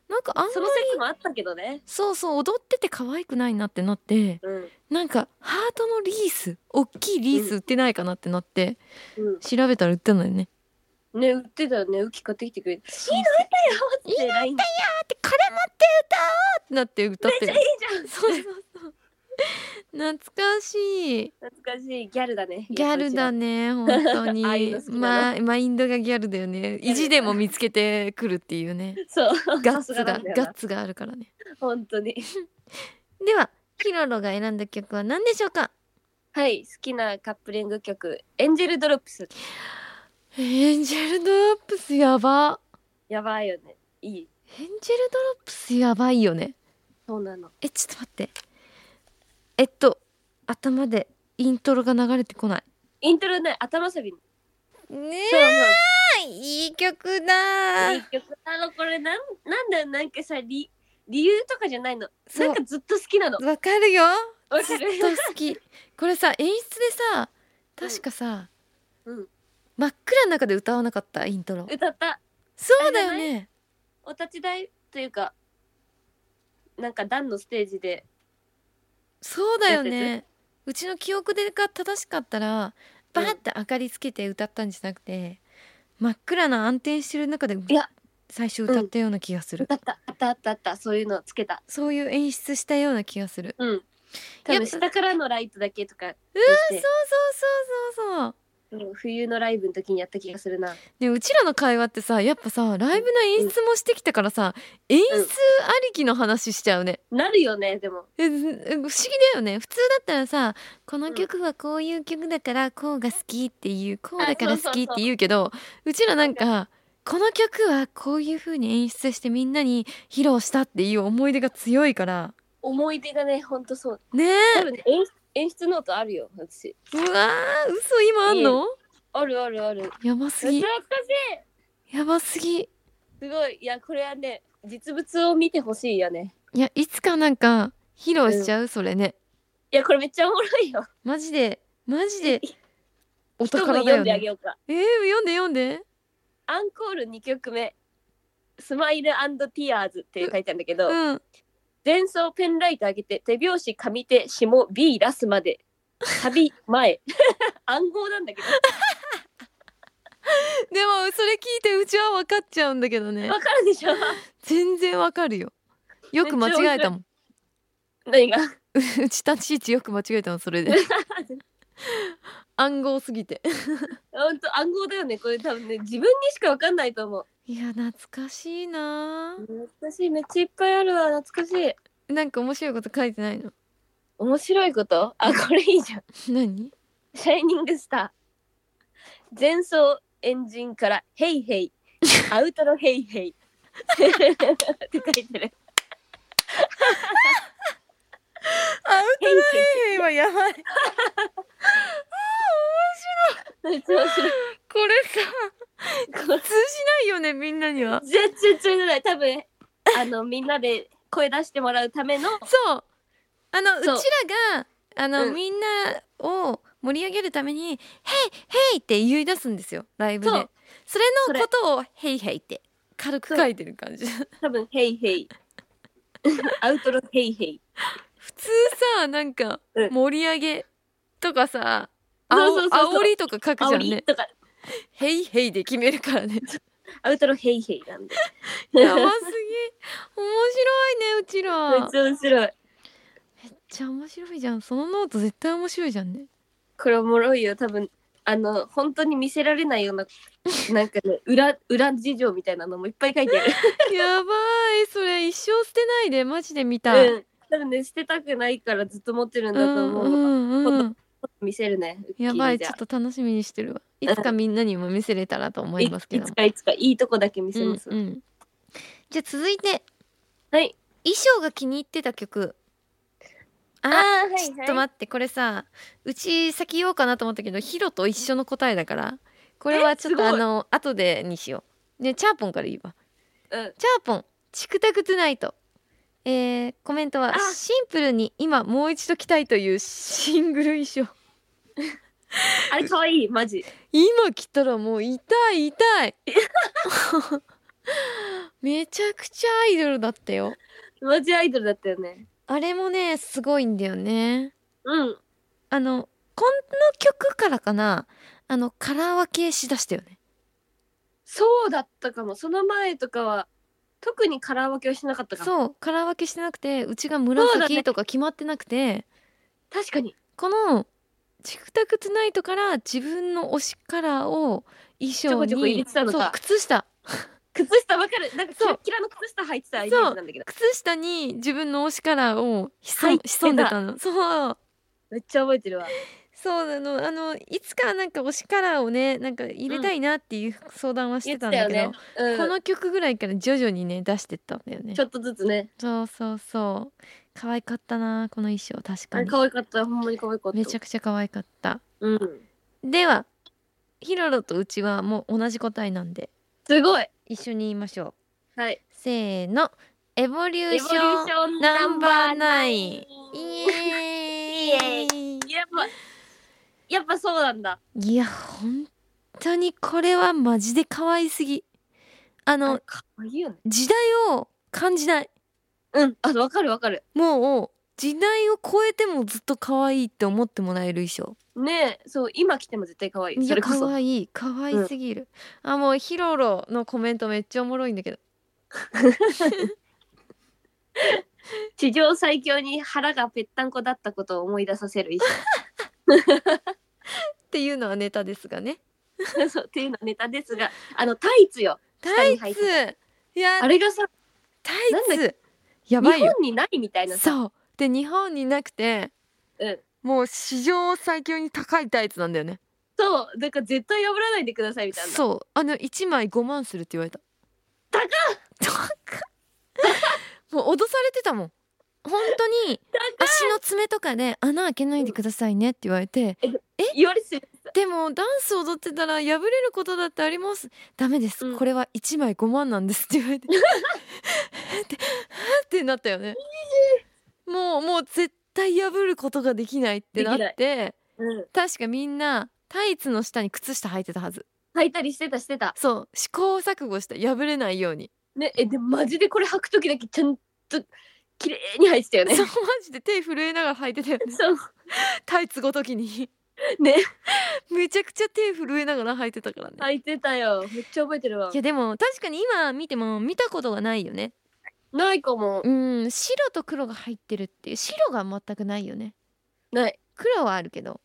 なんかあんま
その説もあったけどね
そうそう踊ってて可愛くないなってなって
うん
なんかハートのリース大きいリース売ってないかなってなって
う
調べたら売ってんのよね
んね売ってたよねウッキー買ってきてくれた
いいの
いいないい
ってこれ持って歌おうってなって歌ってる
じゃん
そうそうそう懐かしい
懐かしいギャルだね
ギャルだね
ね
本当に
ああいうの好きなの
まあマインドがギャルだよね意地でも見つけてくるっていう <laughs> ね
そう
ガッ
さ
ツ
す
が
がな
ガ
んだよな
ッツがあるからね
本当に
ではヒロロが選んだ曲は何でしょうか
はい好きなカップリング曲エンジェルドロップス
エンジェルドロップスやば
やばいよねいい
エンジェルドロップスやばいよね
そうなの
えちょっと待ってえっと頭でイントロが流れてこない
イントロない頭遊びね
ね
そうそう
えいい曲だ
いい曲なのこれなんなんだよなんかさ理理由とかじゃないの
そう
なんかずっと好きなの
わかるよ
わ
ず
か
っと
る
好きこれさ演出でさ確かさ、
うん
真っ暗の中で歌わなかったイントロ
歌った
そうだよね
お立ち台というかなんか段のステージで
そうだよねうちの記憶でが正しかったらバーって明かりつけて歌ったんじゃなくて、真っ暗な暗転してる中で
いや
最初歌ったような気がする、
あったあったあったあったそういうのつけた
そういう演出したような気がする
うん多
やっぱ
分下からのライトだけとか
う
に
そう
し
そ
て
うそうそう
うん冬のライブの時にやった気がするな
ねうちらの会話ってさやっぱさライブの演出もしてきたからさ、演出ありきの話しちゃうね、
なるよねでも
ええ不思議だよね普通だったらさこの曲はこういう曲だからこうが好きっていうこうだから好きって言うけどうちらなんかこの曲はこういう風に演出してみんなに披露したっていう思い出が強いから
思い出がねほんとそう
ねえ
多分ね演出演出ノートあるよ私
うわー嘘今あんの
あるあるある
やばす
懐
ぎ
かしい
やばすぎい
すごいいやこれはね実物を見てほしいよね
やいつかなんか披露しちゃうそれね
いやこれめっちゃおもろいよ
マジでマジでお
一
<laughs> 宝
文
だよ
読んであ
ね
げようか
えー、読んで読んで
アンコール2曲目「スマイルティアーズ」って書いてあるんだけど、
うん
前奏ペンライト上げて手拍子上手下 B ラスまでサビ前 <laughs> 暗号なんだけど
でもそれ聞いてうちは分かっちゃうんだけどね
わかる
<laughs>
でしょ
全然分かるよよく間違えたもん
何が
<laughs> うち立ち位置よく間違えたもんそれで <laughs> 暗号すぎて
本当暗号だよねこれ多分ね自分にしかわかんないと思う
いや懐かしいな
懐かしいめっちゃいっぱいあるわ懐かしい
ーなんか面白いこと書いてないの
面白いことあこれいいじゃん
何
「シャイニングスター」前奏エンジンから「ヘイヘイ」アウトロ「ヘイヘイ」って書いてる
アウ
「ヘイヘイ
トレイはやばい
めっちゃ面白い
これさ通じないよねみんなには
全然通じない多分あのみんなで声出してもらうための
そうあのう
そう
ちらがあの、
うん
みんなを盛り上げるために「ヘイヘイ!」って言い出すんですよライブで
そう
それのことを「ヘイヘイ!」って軽く書いてる感じ
多分ヘイヘイアウトロヘイヘイ
普通さなんか
うん
盛り上げとかさ、あ
そう
お
そうそうそ
煽
う
りとか書くじ
煽
ゃん
り
ね
とか
「ヘイヘイ!」で決めるからね
アウトロヘイヘイなんで
やばすぎ面白いねうちら
め
め
っ
っ
ちゃ面白い
ちゃ面白いじゃんそのノート絶対面白いじゃんね
これおもろいよ多分あの本当に見せられないよ
<laughs>
うななんかね裏裏事情みたいなのもいっぱい書いてある
やばいそれ一生捨てないでマジで見たい、
うん、多分ね捨てたくないからずっと持ってるんだと思う、
んうんうん、
見せるねウッキー
やばい
じ
ち
ゃ
ょ
あ
っと楽しみにしてるわいつかみんなにも見せれたらと思
い
いますけど
いつかいつかいいとこだけ見せます、
うんうんじゃあ続いて
はい
衣装が気に入ってた曲あー
あー
ちょっと待ってこれさうち先言おうかなと思ったけどヒロと一緒の答えだからこれはちょっと
えす
あ
ごい
の後でにしようねチャーポンから言えば
って、うん、
チャーポンチクタクトゥナイトえー、コメントは
あ
シンプルに今もう一度着たいというシングル衣装
あれ可愛いマジ
今来たらもう痛い痛いめちゃくちゃアイドルだったよ
マジアイドルだったよね
あれもねすごいんだよね
うん
あのこの曲からかなあのカラー分けしだしたよね
そうだったかもその前とかは特にカラー分けはしなかったかも
そうカラー分けしてなくてうちが
そうだ
紫
ね
とか決まってなくて、
確かに
この「チクタクトゥナイト」から自分の推しカラーを衣装に
ちょこちょこ入れてたのか
そう靴下
靴下わかるなんかキラッキラの靴下履いてたイメージなんだけど
靴下に自分の推しカラーを潜,、
はい
潜んでたのそう
めっちゃ覚えてるわ
そうなのあのいつかなんか推しカラーをねなんか入れたいなっていう相談はし
言
て
ったて
ん
た
だ
よ
けど、
ね、うん、
この曲ぐらいから徐々にね出してったんだよね
ちょっとずつね
そうそうそう可愛かったなこの衣装確
あ
か
れ
に
可愛かったほんまに可愛かった
めちゃくちゃ可愛かった
うん
ではヒロロとうちはもう同じ答えなんです
ごい
一緒に言いましょ
はい。
うせーのエボリューション
ョン
ナンバーナイン
イ
イエーイ
やっぱ、やっぱそうなんだ。
いや本当にこれはマジで可愛すぎあの
あかわいいよね。
時代を感じない
うん、あ、わかるわかる。
もう時代を超えてもずっと可愛いって思ってもらえる衣装
ねえそう今着ても絶対可愛い
い
そ
や
れこ
可
そ
愛い可愛すぎる、あもうヒロロのコメントめっちゃおもろいんだけど
地上最強に腹がぺったんこだったことを思い出させる衣
っていうのはネタですがね
装 <laughs> そうっていうのネタですがあのタイツよ
タイ
下に履い
ツいや
あれがさ
タ
な
イ
ん
ツや
日
ばい
本
よ
にないみたいなさ
そうで日本になくて
うん
もう史上最強に高いタイツなんだよね
そうだから絶対破らないでくださいみたいな
そうあの1枚5万するって言われた
高っ <laughs>
高っもう脅されてたもん本当に足の爪とかで穴開けないでくださいねって言われて
言われて
でもダンス踊ってたら破れることだってありますダメです、
うん
これは1枚5万なんですって言われ
<laughs>
てってってなったよねもうもう絶対破ることができないってな
で
っ
き
て
うん
確かみんなタイツの下に靴下履いてたはず
履いたりしてたしてた
そう試行錯誤して破れないように
ねえでもマジでこれ履く時だけちゃんと綺麗に履いてたよね
そうマジで手震えながら履いてたよね
そう
タイツごときに
ね
<laughs> めちゃくちゃ手震えながら履いてたからね、い、
履いてたよめっちゃ覚えてるわ
やでも確かに今見ても見たことがないよね
ないかも
うん白と黒が入ってるっていう白が全くないよね
ない
黒はあるけど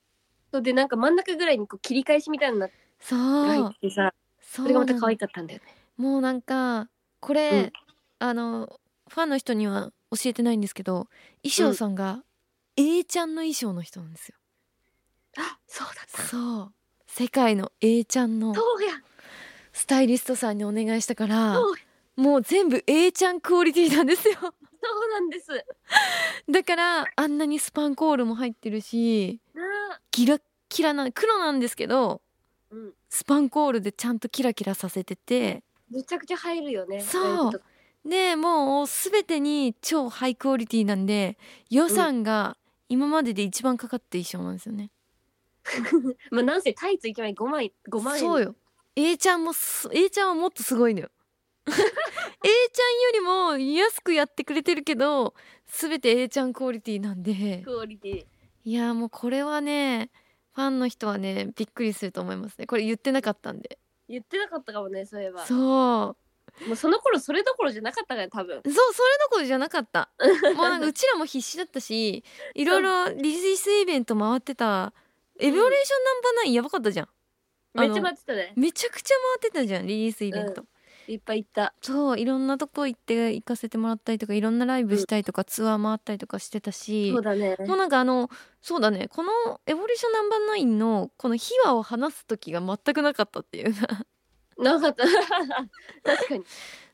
そうでなんか真ん中ぐらいにこう切り返しみたいなの
そ
が入
う
ってさ
そ
そうれがま
な
た
の
可愛かったんだよね
もうなんかこれ、
うん
あのファンの人には教えてないんですけど衣装さんが A ちゃんの衣装の人なんですよ
あそうだった
そう世界の A ちゃんの
そうや
スタイリストさんにお願いしたから
そう
もう全部 A ちゃんクオリティなんですよ <laughs>
そうなんです
だからあんなにスパンコールも入ってるし
なあ
ギラッキラな黒なんですけど
うん
スパンコールでちゃんとキラキラさせてて
めちゃくちゃ入るよね
そう
ライブとか
でもう全てに超ハイクオリティなんで予算が今までで一番かかった衣装なんですよね、
まあなんせタイツ1枚5枚5万円
そうよ A ちゃんもす A ちゃんはもっとすごいのよ <laughs> A ちゃんよりも安くやってくれてるけど全て A ちゃんクオリティなんで
クオリティ
いやーもうこれはねファンの人はねびっくりすると思いますねこれ言ってなかったんで
言ってなかったかもねそういえば
そう
もうその頃それどころじゃなかったから多分
そうそれどころじゃなかった <laughs> もうなんかうちらも必死だったしいろいろリリースイベント回ってたエボリューションナンバーナインやばかったじゃん
めっちゃ
あの
待ってたね
めちゃくちゃ回ってたじゃんリリースイベント、
いっぱい行った
そういろんなとこ行って行かせてもらったりとかいろんなライブしたりとか、ツアー回ったりとかしてたし
そうだね
もうなんかあのそうだねこの「エボリューションナンバーナインのこの秘話を話す時が全くなかったっていうか
なかった確かに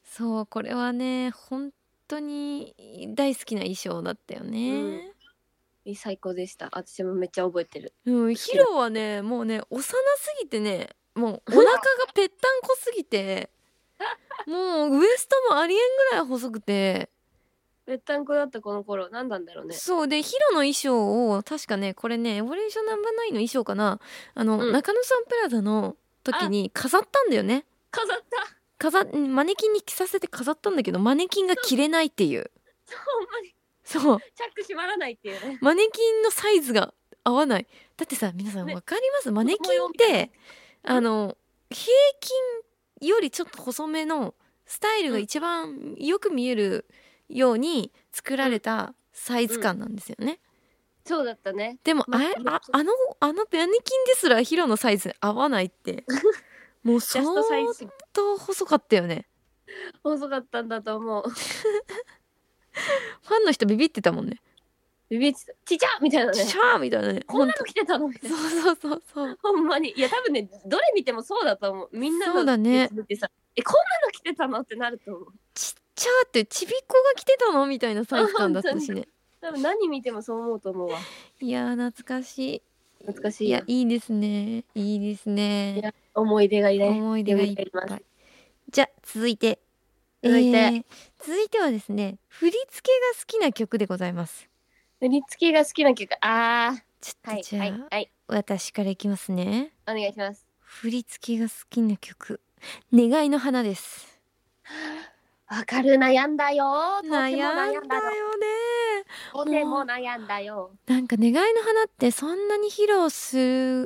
そうこれはね本当に大好きな衣装だったよね、
いい最高でした私もめっちゃ覚えてる
うんヒロはねもうね幼すぎてねもうお腹がぺったんこすぎてもうウエストもありえんぐらい細くて
ぺったんこだったこの頃何なんだろうね
そうでヒロの衣装を確かねこれねエボリューションナンバーナインの衣装かなあの、
うん
中野サンプラザの時に飾ったんだよね
飾った
飾っマネキンに着させて飾ったんだけどマネキンが着れないっていう
ほんまに
そう
チャック閉まらないっていうね
マネキンのサイズが合わないだってさ皆さん
ね
わかります、マネキン
模様
っ
みたいな
てあの平均よりちょっと細めのスタイルが一番よく見えるように作られたサイズ感なんですよね、
そうだったね
でも
ま
あ
あ
れ
ま
あ
あ
あのあのマネキンですらヒロのサイズに合わないって
<laughs>
もう
ジ
相
ャストサイズ
当細かったよね
細かったんだと思う
ファンの人ビビってたもんね
ビビってたちっちゃみたいな
シ
ね
ャーみたいなね
こ
ほ
ん
ん
なの着てたのみたい
そ
な
うそうそうそう
ほんまにいや多分ねどれ見てもそうだと思うみんなの
そうだね
やつ見てさえこんなの着てたのってなると思う
ちっちゃーってちびっこが着てたのみたいなサイズ感だったしね
多分何見てもそう思うと思うわ
いやー懐かし
懐か
い
し
い
い
や
や
いいですねいいです
い
ね
や思い出がいいね
思い出がいっ
よみがい
ぱ
ま
いじゃあ続いて
続いて
えー続いてはですね振り付けが好きな曲でございます
振り付けが好きな曲あー
ちょ
は
っと
い
じゃあ、
はいはい
私からいきますね
お願いします
振り付けが好きな曲「願いの花」です
わかる悩んだよとても
悩んだよね
でも悩んだよ。
なんか願いの花ってそんなに披露す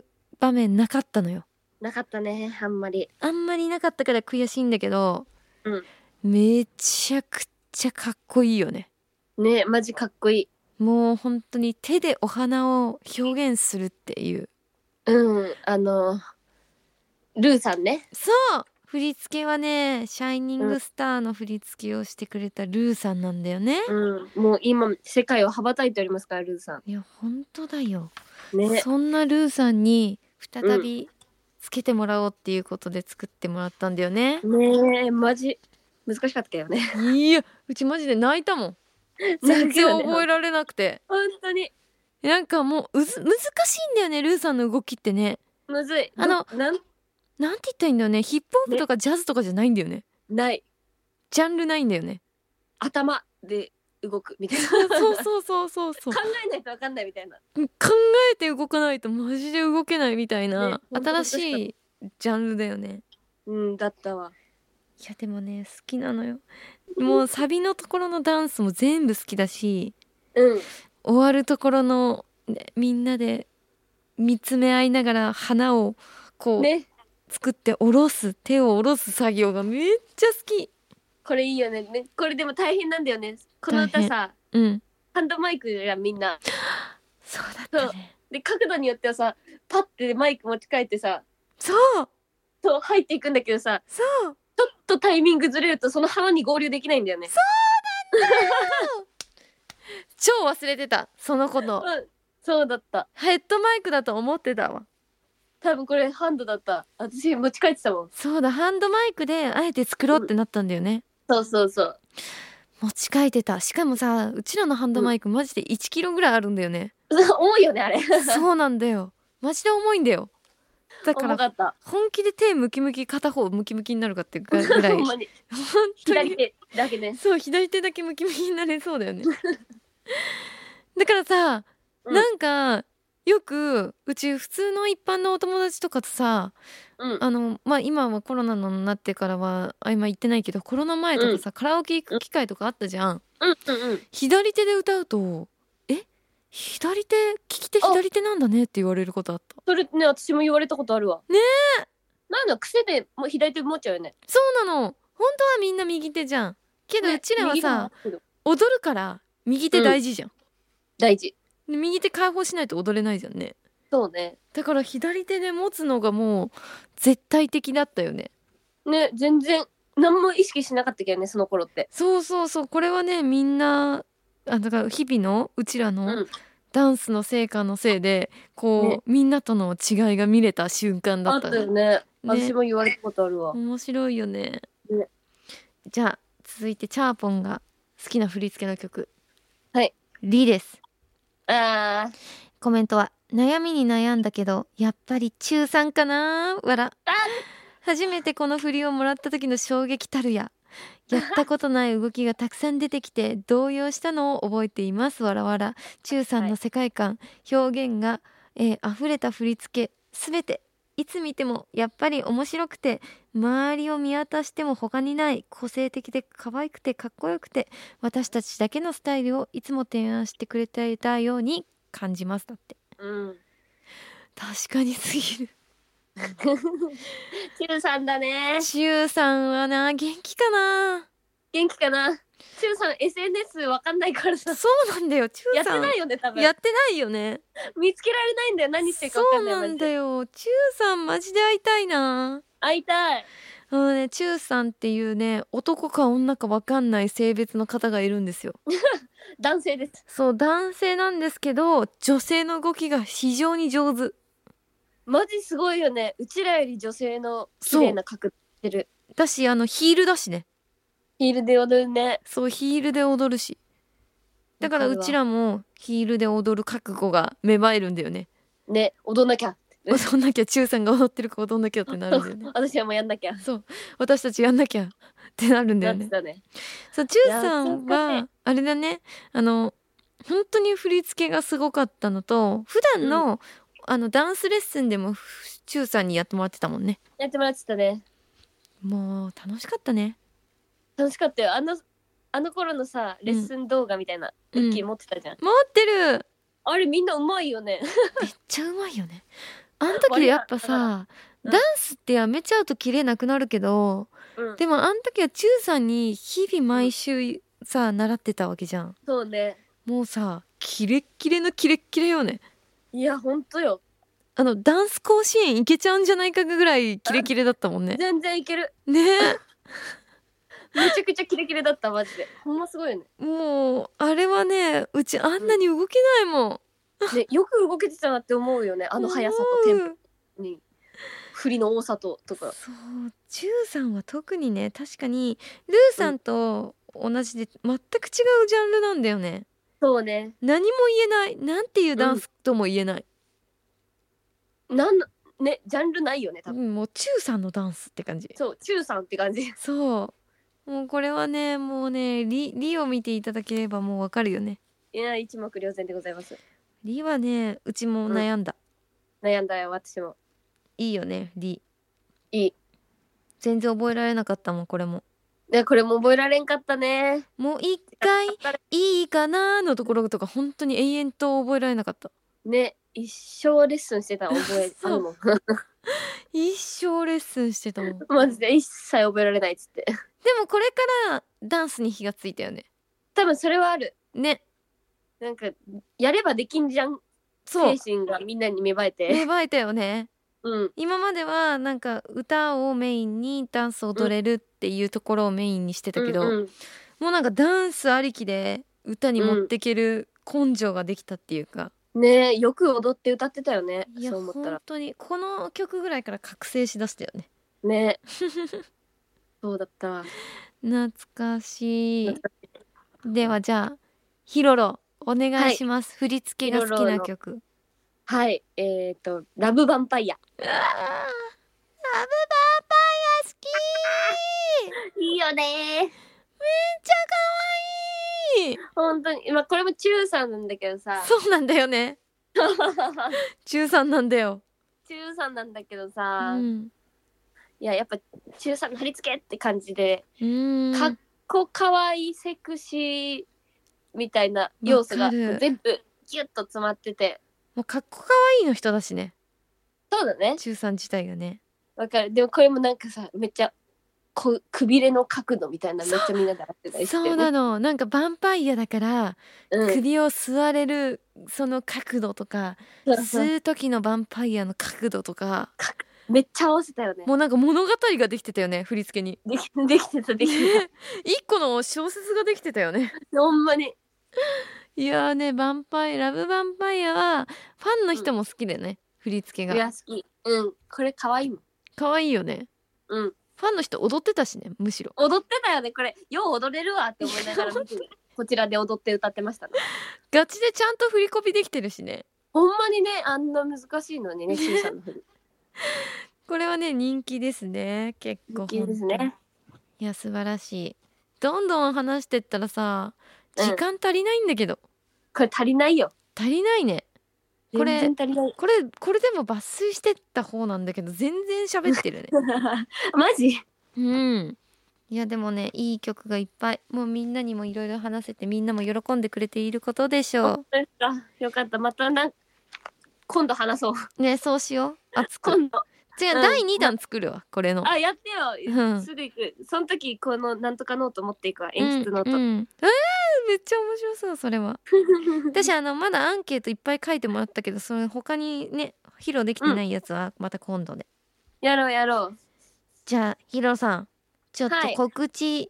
る場面なかったのよ
なかったね、あんまり。
あんまりなかったから悔しいんだけど、
うん
めちゃくちゃかっこいいよね
ね、マジかっこいい。
もう本当に手でお花を表現するっていう
うん、あの、ルーさんね。
そう振り付けはね「シャイニングスター」の振り付けをしてくれたルーさんなんだよね、
うん、もう今、世界を羽ばたいておりますから、ルーさ
いや本当だよ、
ん。ね。
そんなルーさんに再びつけてもらおうっていうことで作ってもらったんだよね、
ねえ、マジ、難しかったけど <laughs> ね。
いやうちマジで泣いたもん全然覚え
え
られなくて
<laughs> 本当に、
なんかもううず難しいんだよねルーさんの動きってね
むずい。
あの
ど、なん、
なんて言ったらいいんだよねヒップホップとかジャズとかじゃないんだよね
ない。
ジャンルないんだよね
頭で動くみたいな。
そうそうそうそうそう
<laughs> 考えないとわかんないみたいな。
考えて動かないとマジで動けないみたい
ね
な、
本
新
当
しいジャンルだよね
うん、だったわ。
いやでもね好きなのよもうサビのところのダンスも全部好きだし
うん。
終わるところの、ね、みんなで見つめ合いながら花をこう、
ね。
作って下ろす手を下ろす作業がめっちゃ好き
これいいよね。ねこれでも大変なんだよね。この歌
大変
さ、
うん
ハンドマイクじゃんみんな。
そうだったね
で、角度によってはさ、パッてマイク持ち替えてさ、
そう
そう入っていくんだけどさ、
そう
ちょっとタイミングずれるとその花に合流できないんだよね。
超忘れてたそのこと
うん、そうだった。
ヘッドマイクだと思ってたわ
多分これハンドだった。私持ち帰ってたもん。
そうだハンドマイクであえて作ろうってなったんだよね、
そうそうそう。 <laughs>
持ち替えてたしかもさうちらのハンドマイクマジで1キロぐらいあるんだよ <laughs> ね、
重いよねあれ。
そうなんだよマジで重いんだよだか
重
ら
かった。
本気で手ムキムキ片方ムキムキになるかってぐらい本
<laughs> ほんまに
当に
左手だけね。
そう左手だけムキムキになれそうだよねだからさ、
うん
なんかよくうち普通の一般のお友達とかとさ
うん。
あのまあ今はコロナになってからはあ今行ってないけどコロナ前とかさ、カラオケ行く機会とかあったじゃん
うんうんうん。
左手で歌うと「え左手聞き手左手なんだね」って言われることあった
それね私も言われたことあるわ。
ね
え。なんだ癖でもう左手持っちゃうよね。
そうなの本当はみんな右手じゃんけど
ね
うちらは
右
さ
側だ、けど
踊るから右手大事じゃん、
大事。
で右手解放しないと踊れないじゃんね
そうね。
だから左手で持つのがもう絶対的だったよね
ね全然何も意識しなかったけどねその頃って。
そうそうそうこれはねみんなあだから日々のうちら
う
の
ん
ダンスの成果のせいでこう、
ね
みんなとの違いが見れた瞬間だ
あ
っ
ったた
ね
よね。
ね
私も言われたことあるわ。
面白いよね
ね
じゃあ続いてチャーポンが好きな振り付けの曲
はい
リです
ああ。
コメントは悩みに悩んだけどやっぱり中3かなわら初めてこの振りをもらった時の衝撃たるややったことない動きがたくさん出てきて動揺したのを覚えていますわらわら中3の世界観、表現が、えー溢れた振り付けすべていつ見てもやっぱり面白くて周りを見渡しても他にない個性的で可愛くてかっこよくて私たちだけのスタイルをいつも提案してくれていたように感じますだって
うん。
確かにす
<laughs>
ぎる
チュウさんだね。
中さんはな元気かな
元気かな。チュウさん SNS わかんないからさ。
そうなんだよ中
やって
さん
ないよね多分。
やってないよね
見つけられないんだよ何してるかわかんない
そうな
マ
ん
ジ
だ
で
よ中さんマジで会いたいな
会いたい
あのね中さんっていうね男か女かわかんない性別の方がいるんですよ
男性です
そう男性なんですけど女性の動きが非常に上手
マジすごいよねうちらより女性の綺麗な角ってる
だしあのヒールだしね
ヒールで踊るね
そうヒールで踊るしだからうちらもヒールで踊る覚悟が芽生えるんだよね
ね踊んなきゃ
<laughs>
うん
踊んなきゃ中さんが踊ってるか踊んなきゃってなるんだよね
<laughs> 私はもうやんなきゃ
<laughs> そう私たちやんなきゃってなるんだ
な
よ
って
ね
たね
そう中さんはあれだねあの本当に振り付けがすごかったのと普段の、あのダンスレッスンでも中さんにやってもらってたもんね
やってもらってたね
もう楽しかったね
楽しかったよあのあの頃のさレッスン動画みたいな、
うん
クッキー持ってたじゃん、
持って <laughs> る
あれみんなうまい
<laughs>
よね
めっちゃうまいよねあの時やっぱさ
うん
ダンスってやめちゃうと綺麗なくなるけど
うん
でもあの時はチューさんに日々毎週さ習ってたわけじゃん
そうね
もうさキレッキレのキレッキレよね
いやほんとよ
あのダンス甲子園行けちゃうんじゃないかぐらいキレキレだったもんね
全然いける
ねえ
めちゃくちゃキレキレだったマジでほんますごいよね
もうあれはねうちあんなに動けないもん <laughs>
ねよく動けてたなって思うよねあの速さとテン
ン
ポに振りの多さととか
そうジュウさんは特にね確かにルーさんと同じで全く違うジャンルなんだよね
そうね
何も言えないなんていうダンスとも言えない、
なんねジャンルないよね多
う
分、
ん、もう中さんのダンスって感じ
そう中さんって感じ <laughs>
そうもうこれはねもうねリリを見ていただければもうわかるよね
いや一目瞭然でございます
リはねうちも悩んだ、
悩んだよ私も
いいよねリ
いい
全然覚えられなかったもんこれも
ねこれも覚えられんかったね
もう一回いいかなのところとか本当に永遠と覚えられなかった
ね一生レッスンしてた覚え
そう
あるもん
一生レッスンしてたもんで
マジで一切覚えられないっつって <laughs>
もこれからダンスに火がついたよね
多分それはある
ね
なんかやればできんじゃん
そう
精神がみんなに芽生え
芽
て
生えたよね
うん
今まではなんか歌をメインにダンスを踊れるっていうところをメインにしてたけど、
うんうん
もうなんかダンスありきで歌に持ってける根性ができたっていうか、
ねえよく踊って歌ってたよね
いや
そう思った
本
ら
当にこの曲ぐらいから覚醒しだしたよね <laughs>
ねえそうだったわ
懐かしい
懐
ではじゃあヒロロお願いします、振り付けが好き
ヒロロ
な
の
曲
はいえっ、と「ラブヴァンパイア
うわーラブバンパイア好」
いいよね
きー
本当にまあこれも中さんなんだけどさ
そうなんだよ
<laughs>
ね中3なんだよ、
中さんなんだけど
う
さ、
ん、
いややっぱ中さんの貼り付けって感じで
うーん
かっこかわいいセクシーみたいな要素
わ
が
かる
全部ギュッと詰まってて
もうかっこかわいいの人だしね
そうだね
中3自体がね
わかるでもこれもなんかさめっちゃこくびれの角度みたいなめっちゃみんなで合ってたりして
そうなのなんかヴァンパイアだから、
うん
首を吸われるその角度と
<laughs>
か
そうそう
吸う時のヴァンパイアの角度とか
めっちゃ合わせたよね
もうなんか物語ができてたよね振り付け <laughs> に
できできてたできて
ね一個の小説ができてたよね
たほんまに
<laughs> いやーねヴァンパイラブヴァンパイアはファンの人も好きだよね、振り付
い
けが
や好きうんこれかわいいもん
可愛いよね
うん
ファンの人踊ってたしねむしろ
踊ってたよねこれよう踊れるわって思いながら
<laughs>
見てこちらで踊って歌ってましたね
ガチでちゃんと振りコピできてるしね
ほんまにねあんな難しいのにね中さんの振り
これはね人気ですね結構
好きですね
いや素晴らしいどんどん話してったらさ
うん
時間足りないんだけど、
これ足りないよ
足りないねこれ
全然足りない
<laughs> これこれでも抜粋してった方なんだけど全然喋ってるね
マジ
うんいやでもねいい曲がいっぱいもうみんなにもいろいろ話せてみんなも喜んでくれていることでしょ
本当ですかよかったまたなん今度話そう
うねそうしよう熱く
今度
違う、
うん
第2弾作るわこれの
あやってよ、
うん
すぐ行くその時このなんとかノート持っていくわ
うん
演出ノート、
うんえーめっちゃ面白そうそれは私あのまだアンケートいっぱい書いてもらったけどそれ他にね披露できてないやつはまた今度で、
やろうやろう
じゃあヒロさんちょっと
はい
告知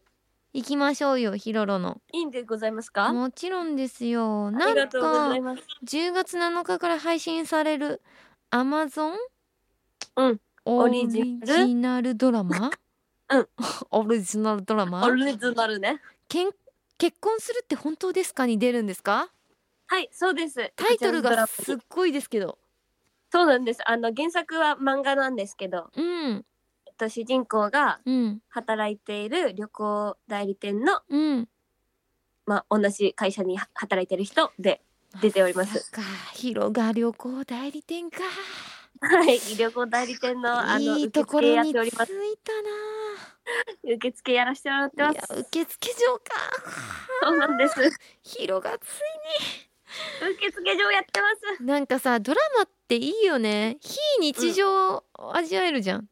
行きましょうよ、ヒロロの
いいんでございますか
もちろんですよ
あ
な
り
ん
が
か
とうございます
10月7日から配信される Amazon
うん
オ
オ
リ
リジ
ジ
ナル
ナルドラマ
<laughs> うん
<laughs> オリジナルドラマ
オリジナルね
けん結婚するって本当ですかに出るんですか
はいそうです
タイトル
こちら
が
の
すっごいですけど
そうなんですあの原作は漫画なんですけど、
うん
えっと、主人公が
うん
働いている旅行代理店の、
うん
まあ、同じ会社には働いてる人で出ております。
そっか広が旅行代理店か
はい、旅行代理店のあの <laughs>
いい
受
とこ
付
ろ
やっ
につい
て
たな
おります。受付やらせてもらってま
いや
す。
受付嬢か
そうなんです。
広がつ
受付嬢やってます。
いなんかさドラマっていいよね非日常を味わえるじゃん、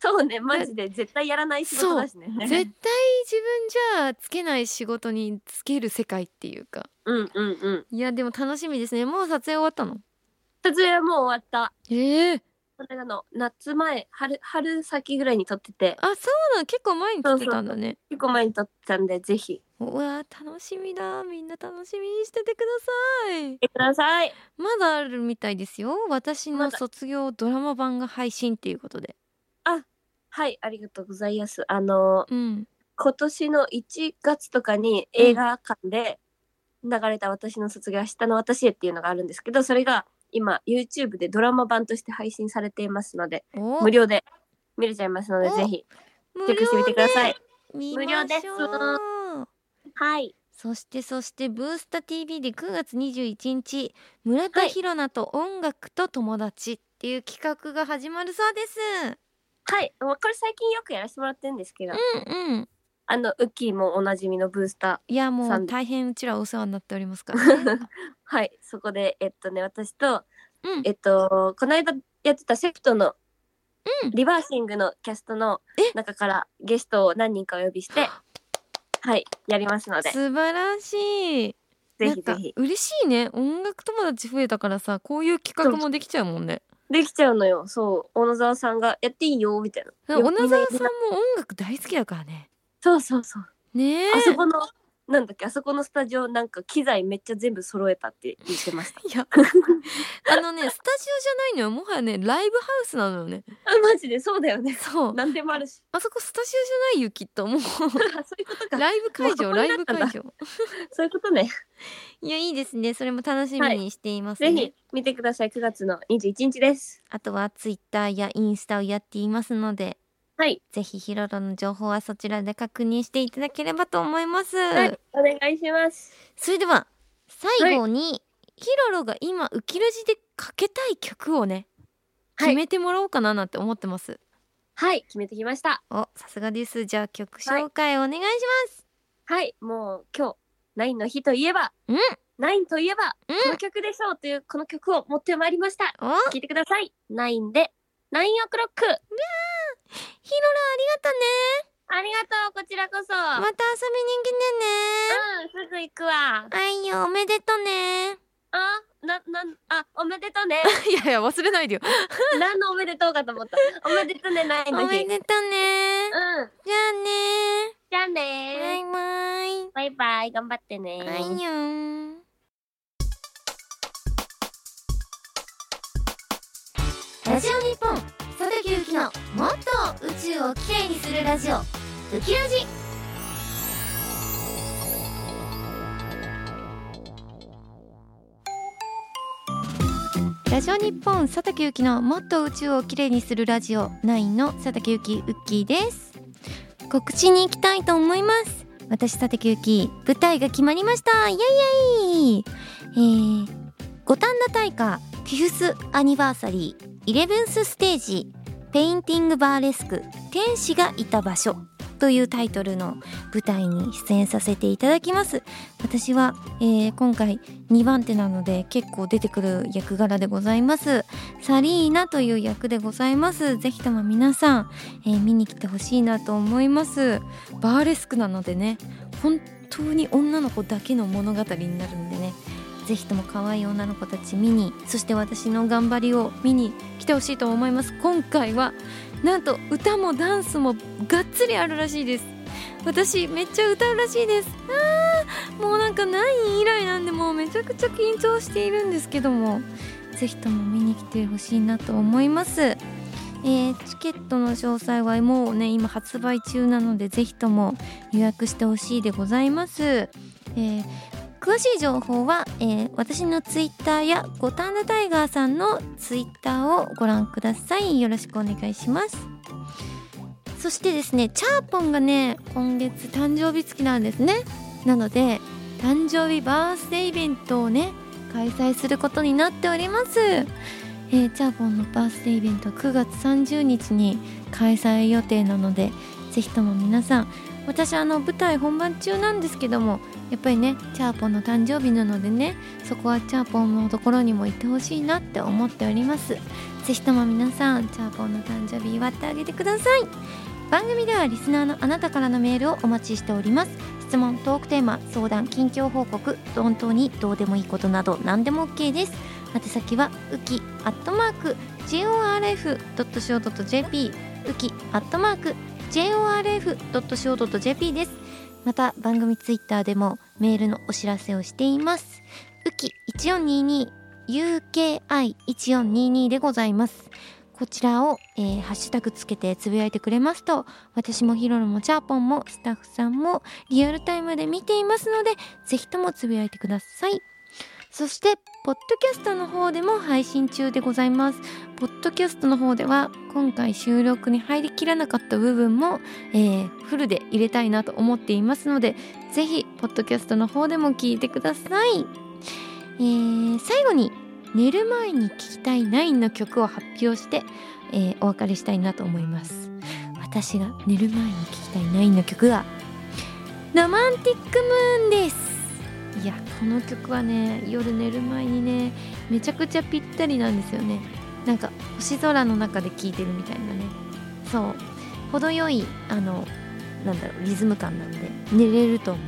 そうね、マジで絶対やらない仕事だしね。
絶対自分じゃつけない仕事につける世界っていうか
うんうんうん。
いやでも楽しみですねもう撮影終わったの
撮影はもう終わった。
ええ
これがあの夏前、春、春先ぐらいに撮ってて、
あそうなの結構前に撮ってたんだね
結構前に撮ってたんで、ぜひ。
うわー楽しみだみんな楽しみにしててください
見てください。
まだあるみたいですよ私
ま
の
だ
卒業ドラマ版が配信っていうことで
はい、ありがとうございます。あの、
うん
今年の1月とかに映画館で流れた私の卒業、明日の私へっていうのがあるんですけど、それが今 YouTube でドラマ版として配信されていますので、
お
無料で見れちゃいますので、
お
ぜひ
無
チェックしてみてください。
見
無
ま
料です
しょう
はい。
そしてそしてブースタ TV で9月21日村田ひろなと音楽と友達っていう企画が始まるそうです、
はい。まあこれ最近よくやらせてもらってるんですけど、
うんうん
あの、ウッキーもおなじみのブースタ
いやも
さ
うん大変うちらお世話になっております
<laughs>
からね
ー。はい。そこで、えっとね、私と、
うん
えっと、この間やってたセクトの
うん
リバーシングのキャストの
え
中からゲストを何人かお呼びして、はい、やりますので、ぜ
素晴らしい
ひ
なん
ぜ
か
ひ。
嬉しいね音楽友達増えたからさこういう企画もできちゃうもんね
できちゃうのよ。そう。小野沢さんが、やっていいよ、みたいな。
小野沢さんも
みな
音楽大好きだからね
そうそうそう。
ねえ
あそこの、なんだっけ、あそこのスタジオ、なんか機材めっちゃ全部揃えたって言ってました。
いやあのねスタジオじゃないのよもはやねライブハウスなのよね
<laughs> あ、マジで、そうだよね。
そう
何でもあるし。
あそこスタジオじゃないよきっともう <laughs>
あ <laughs> そういうこと <laughs> か。
ライブ会場
もう
ライブ会
こ
場
そういうことね。
いやいいですねそれも楽しみにしていますね、
ぜひ見てください。9月の21日です。
あとはツイッターやインスタをやっていますので
はい。
ぜひヒロロの情報はそちらで確認していただければと思います、
はい。お願いします。
それでは最後に、ヒロロが今ウキラジでかけたい曲をね
はい
決めてもらおうかななんて思ってます、
はい。決めてきました。
おさすがですじゃあ曲紹介お願いします、
はい。もう今日、ナインの日といえば、
うん
ナインといえば、
うん
この曲でしょうという、この曲を持ってまいりました。
おヒロロあ
聞いてください。ナインで、ナインオクロック。
りがとね
ありがとう、こちらこそ。
また遊びに来てね
うん、すぐ行くわ。
あいよおめでと <laughs> ね
あ、な、なん、あ、おめでと
<laughs>
うね。
いやいや忘れないでよ
何のおめでとうかと思った。おめでとうね、ナイ
<laughs>
ン
お
の
め
日。うん。
でとねじゃあね
じゃあ
バ
ね
イバイ
バイバイ、頑張ってね
あいよんラジオ日本佐竹ゆきのもっと宇宙をきれいにするラジオウキラジラジオ日本佐竹ゆきのもっと宇宙をきれいにするラジオ9の佐竹ゆきウッキーです告知に行きたいと思います私佐竹ゆき舞台が決まりましたイエイイエイえー、五反田大会フィフスアニバーサリーイレブンスステージペインティングバーレスク天使がいた場所というタイトルの舞台に出演させていただきます私は、えー今回2番手なので結構出てくる役柄でございますサリーナという役でございますぜひとも皆さん、えー見に来てほしいなと思いますバーレスクなのでね本当に女の子だけの物語になるんでねぜひとも可愛い女の子たち見にそして私の頑張りを見に来てほしいと思います今回はなんと歌もダンスもがっつりあるらしいです私めっちゃ歌うらしいですあーもうなんか何以来なんでもうめちゃくちゃ緊張しているんですけどもぜひとも見に来てほしいなと思いますえーチケットの詳細はもうね今発売中なのでぜひとも予約してほしいでございます、えー詳しい情報は、えー私のツイッターや五反田タイガーさんのツイッターをご覧くださいよろしくお願いしますそしてですねチャーポンがね今月誕生日付きなんですねなので誕生日バースデーイベントをね開催することになっております、えーチャーポンのバースデーイベントは9月30日に開催予定なのでぜひとも皆さん私あの舞台本番中なんですけどもやっぱりねチャーポンの誕生日なのでねそこはチャーポンのところにも行ってほしいなって思っておりますぜひとも皆さんチャーポンの誕生日祝ってあげてください番組ではリスナーのあなたからのメールをお待ちしております質問トークテーマ相談近況報告本当にどうでもいいことなど何でも OK です宛先はうきアットマーク JORF.CO.JP うきアットマーク JORF.CO.JP ですまた番組ツイッターでもメールのお知らせをしていますうき1422 UKI1422 でございますこちらを、えーハッシュタグつけてつぶやいてくれますと私もヒロロもチャーポンもスタッフさんもリアルタイムで見ていますのでぜひともつぶやいてくださいそしてポッドキャストの方でも配信中でございますポッドキャストの方では今回収録に入りきらなかった部分も、えーフルで入れたいなと思っていますのでぜひポッドキャストの方でも聞いてください、えー最後に寝る前に聴きたい9の曲を発表して、えーお別れしたいなと思います私が寝る前に聴きたい9の曲はロマンティックムーンですいやこの曲はね夜寝る前にねめちゃくちゃぴったりなんですよねなんか星空の中で聴いてるみたいなねそう程よいあのなんだろうリズム感なんで寝れると思い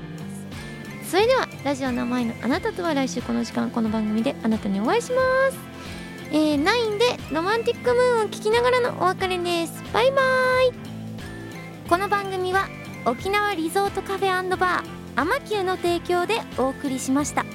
ますそれではラジオの前のあなたとは来週この時間この番組であなたにお会いしますえー、9でロマンティックムーンを聴きながらのお別れですバイバーイこの番組は沖縄リゾートカフェバーアマキューの提供でお送りしました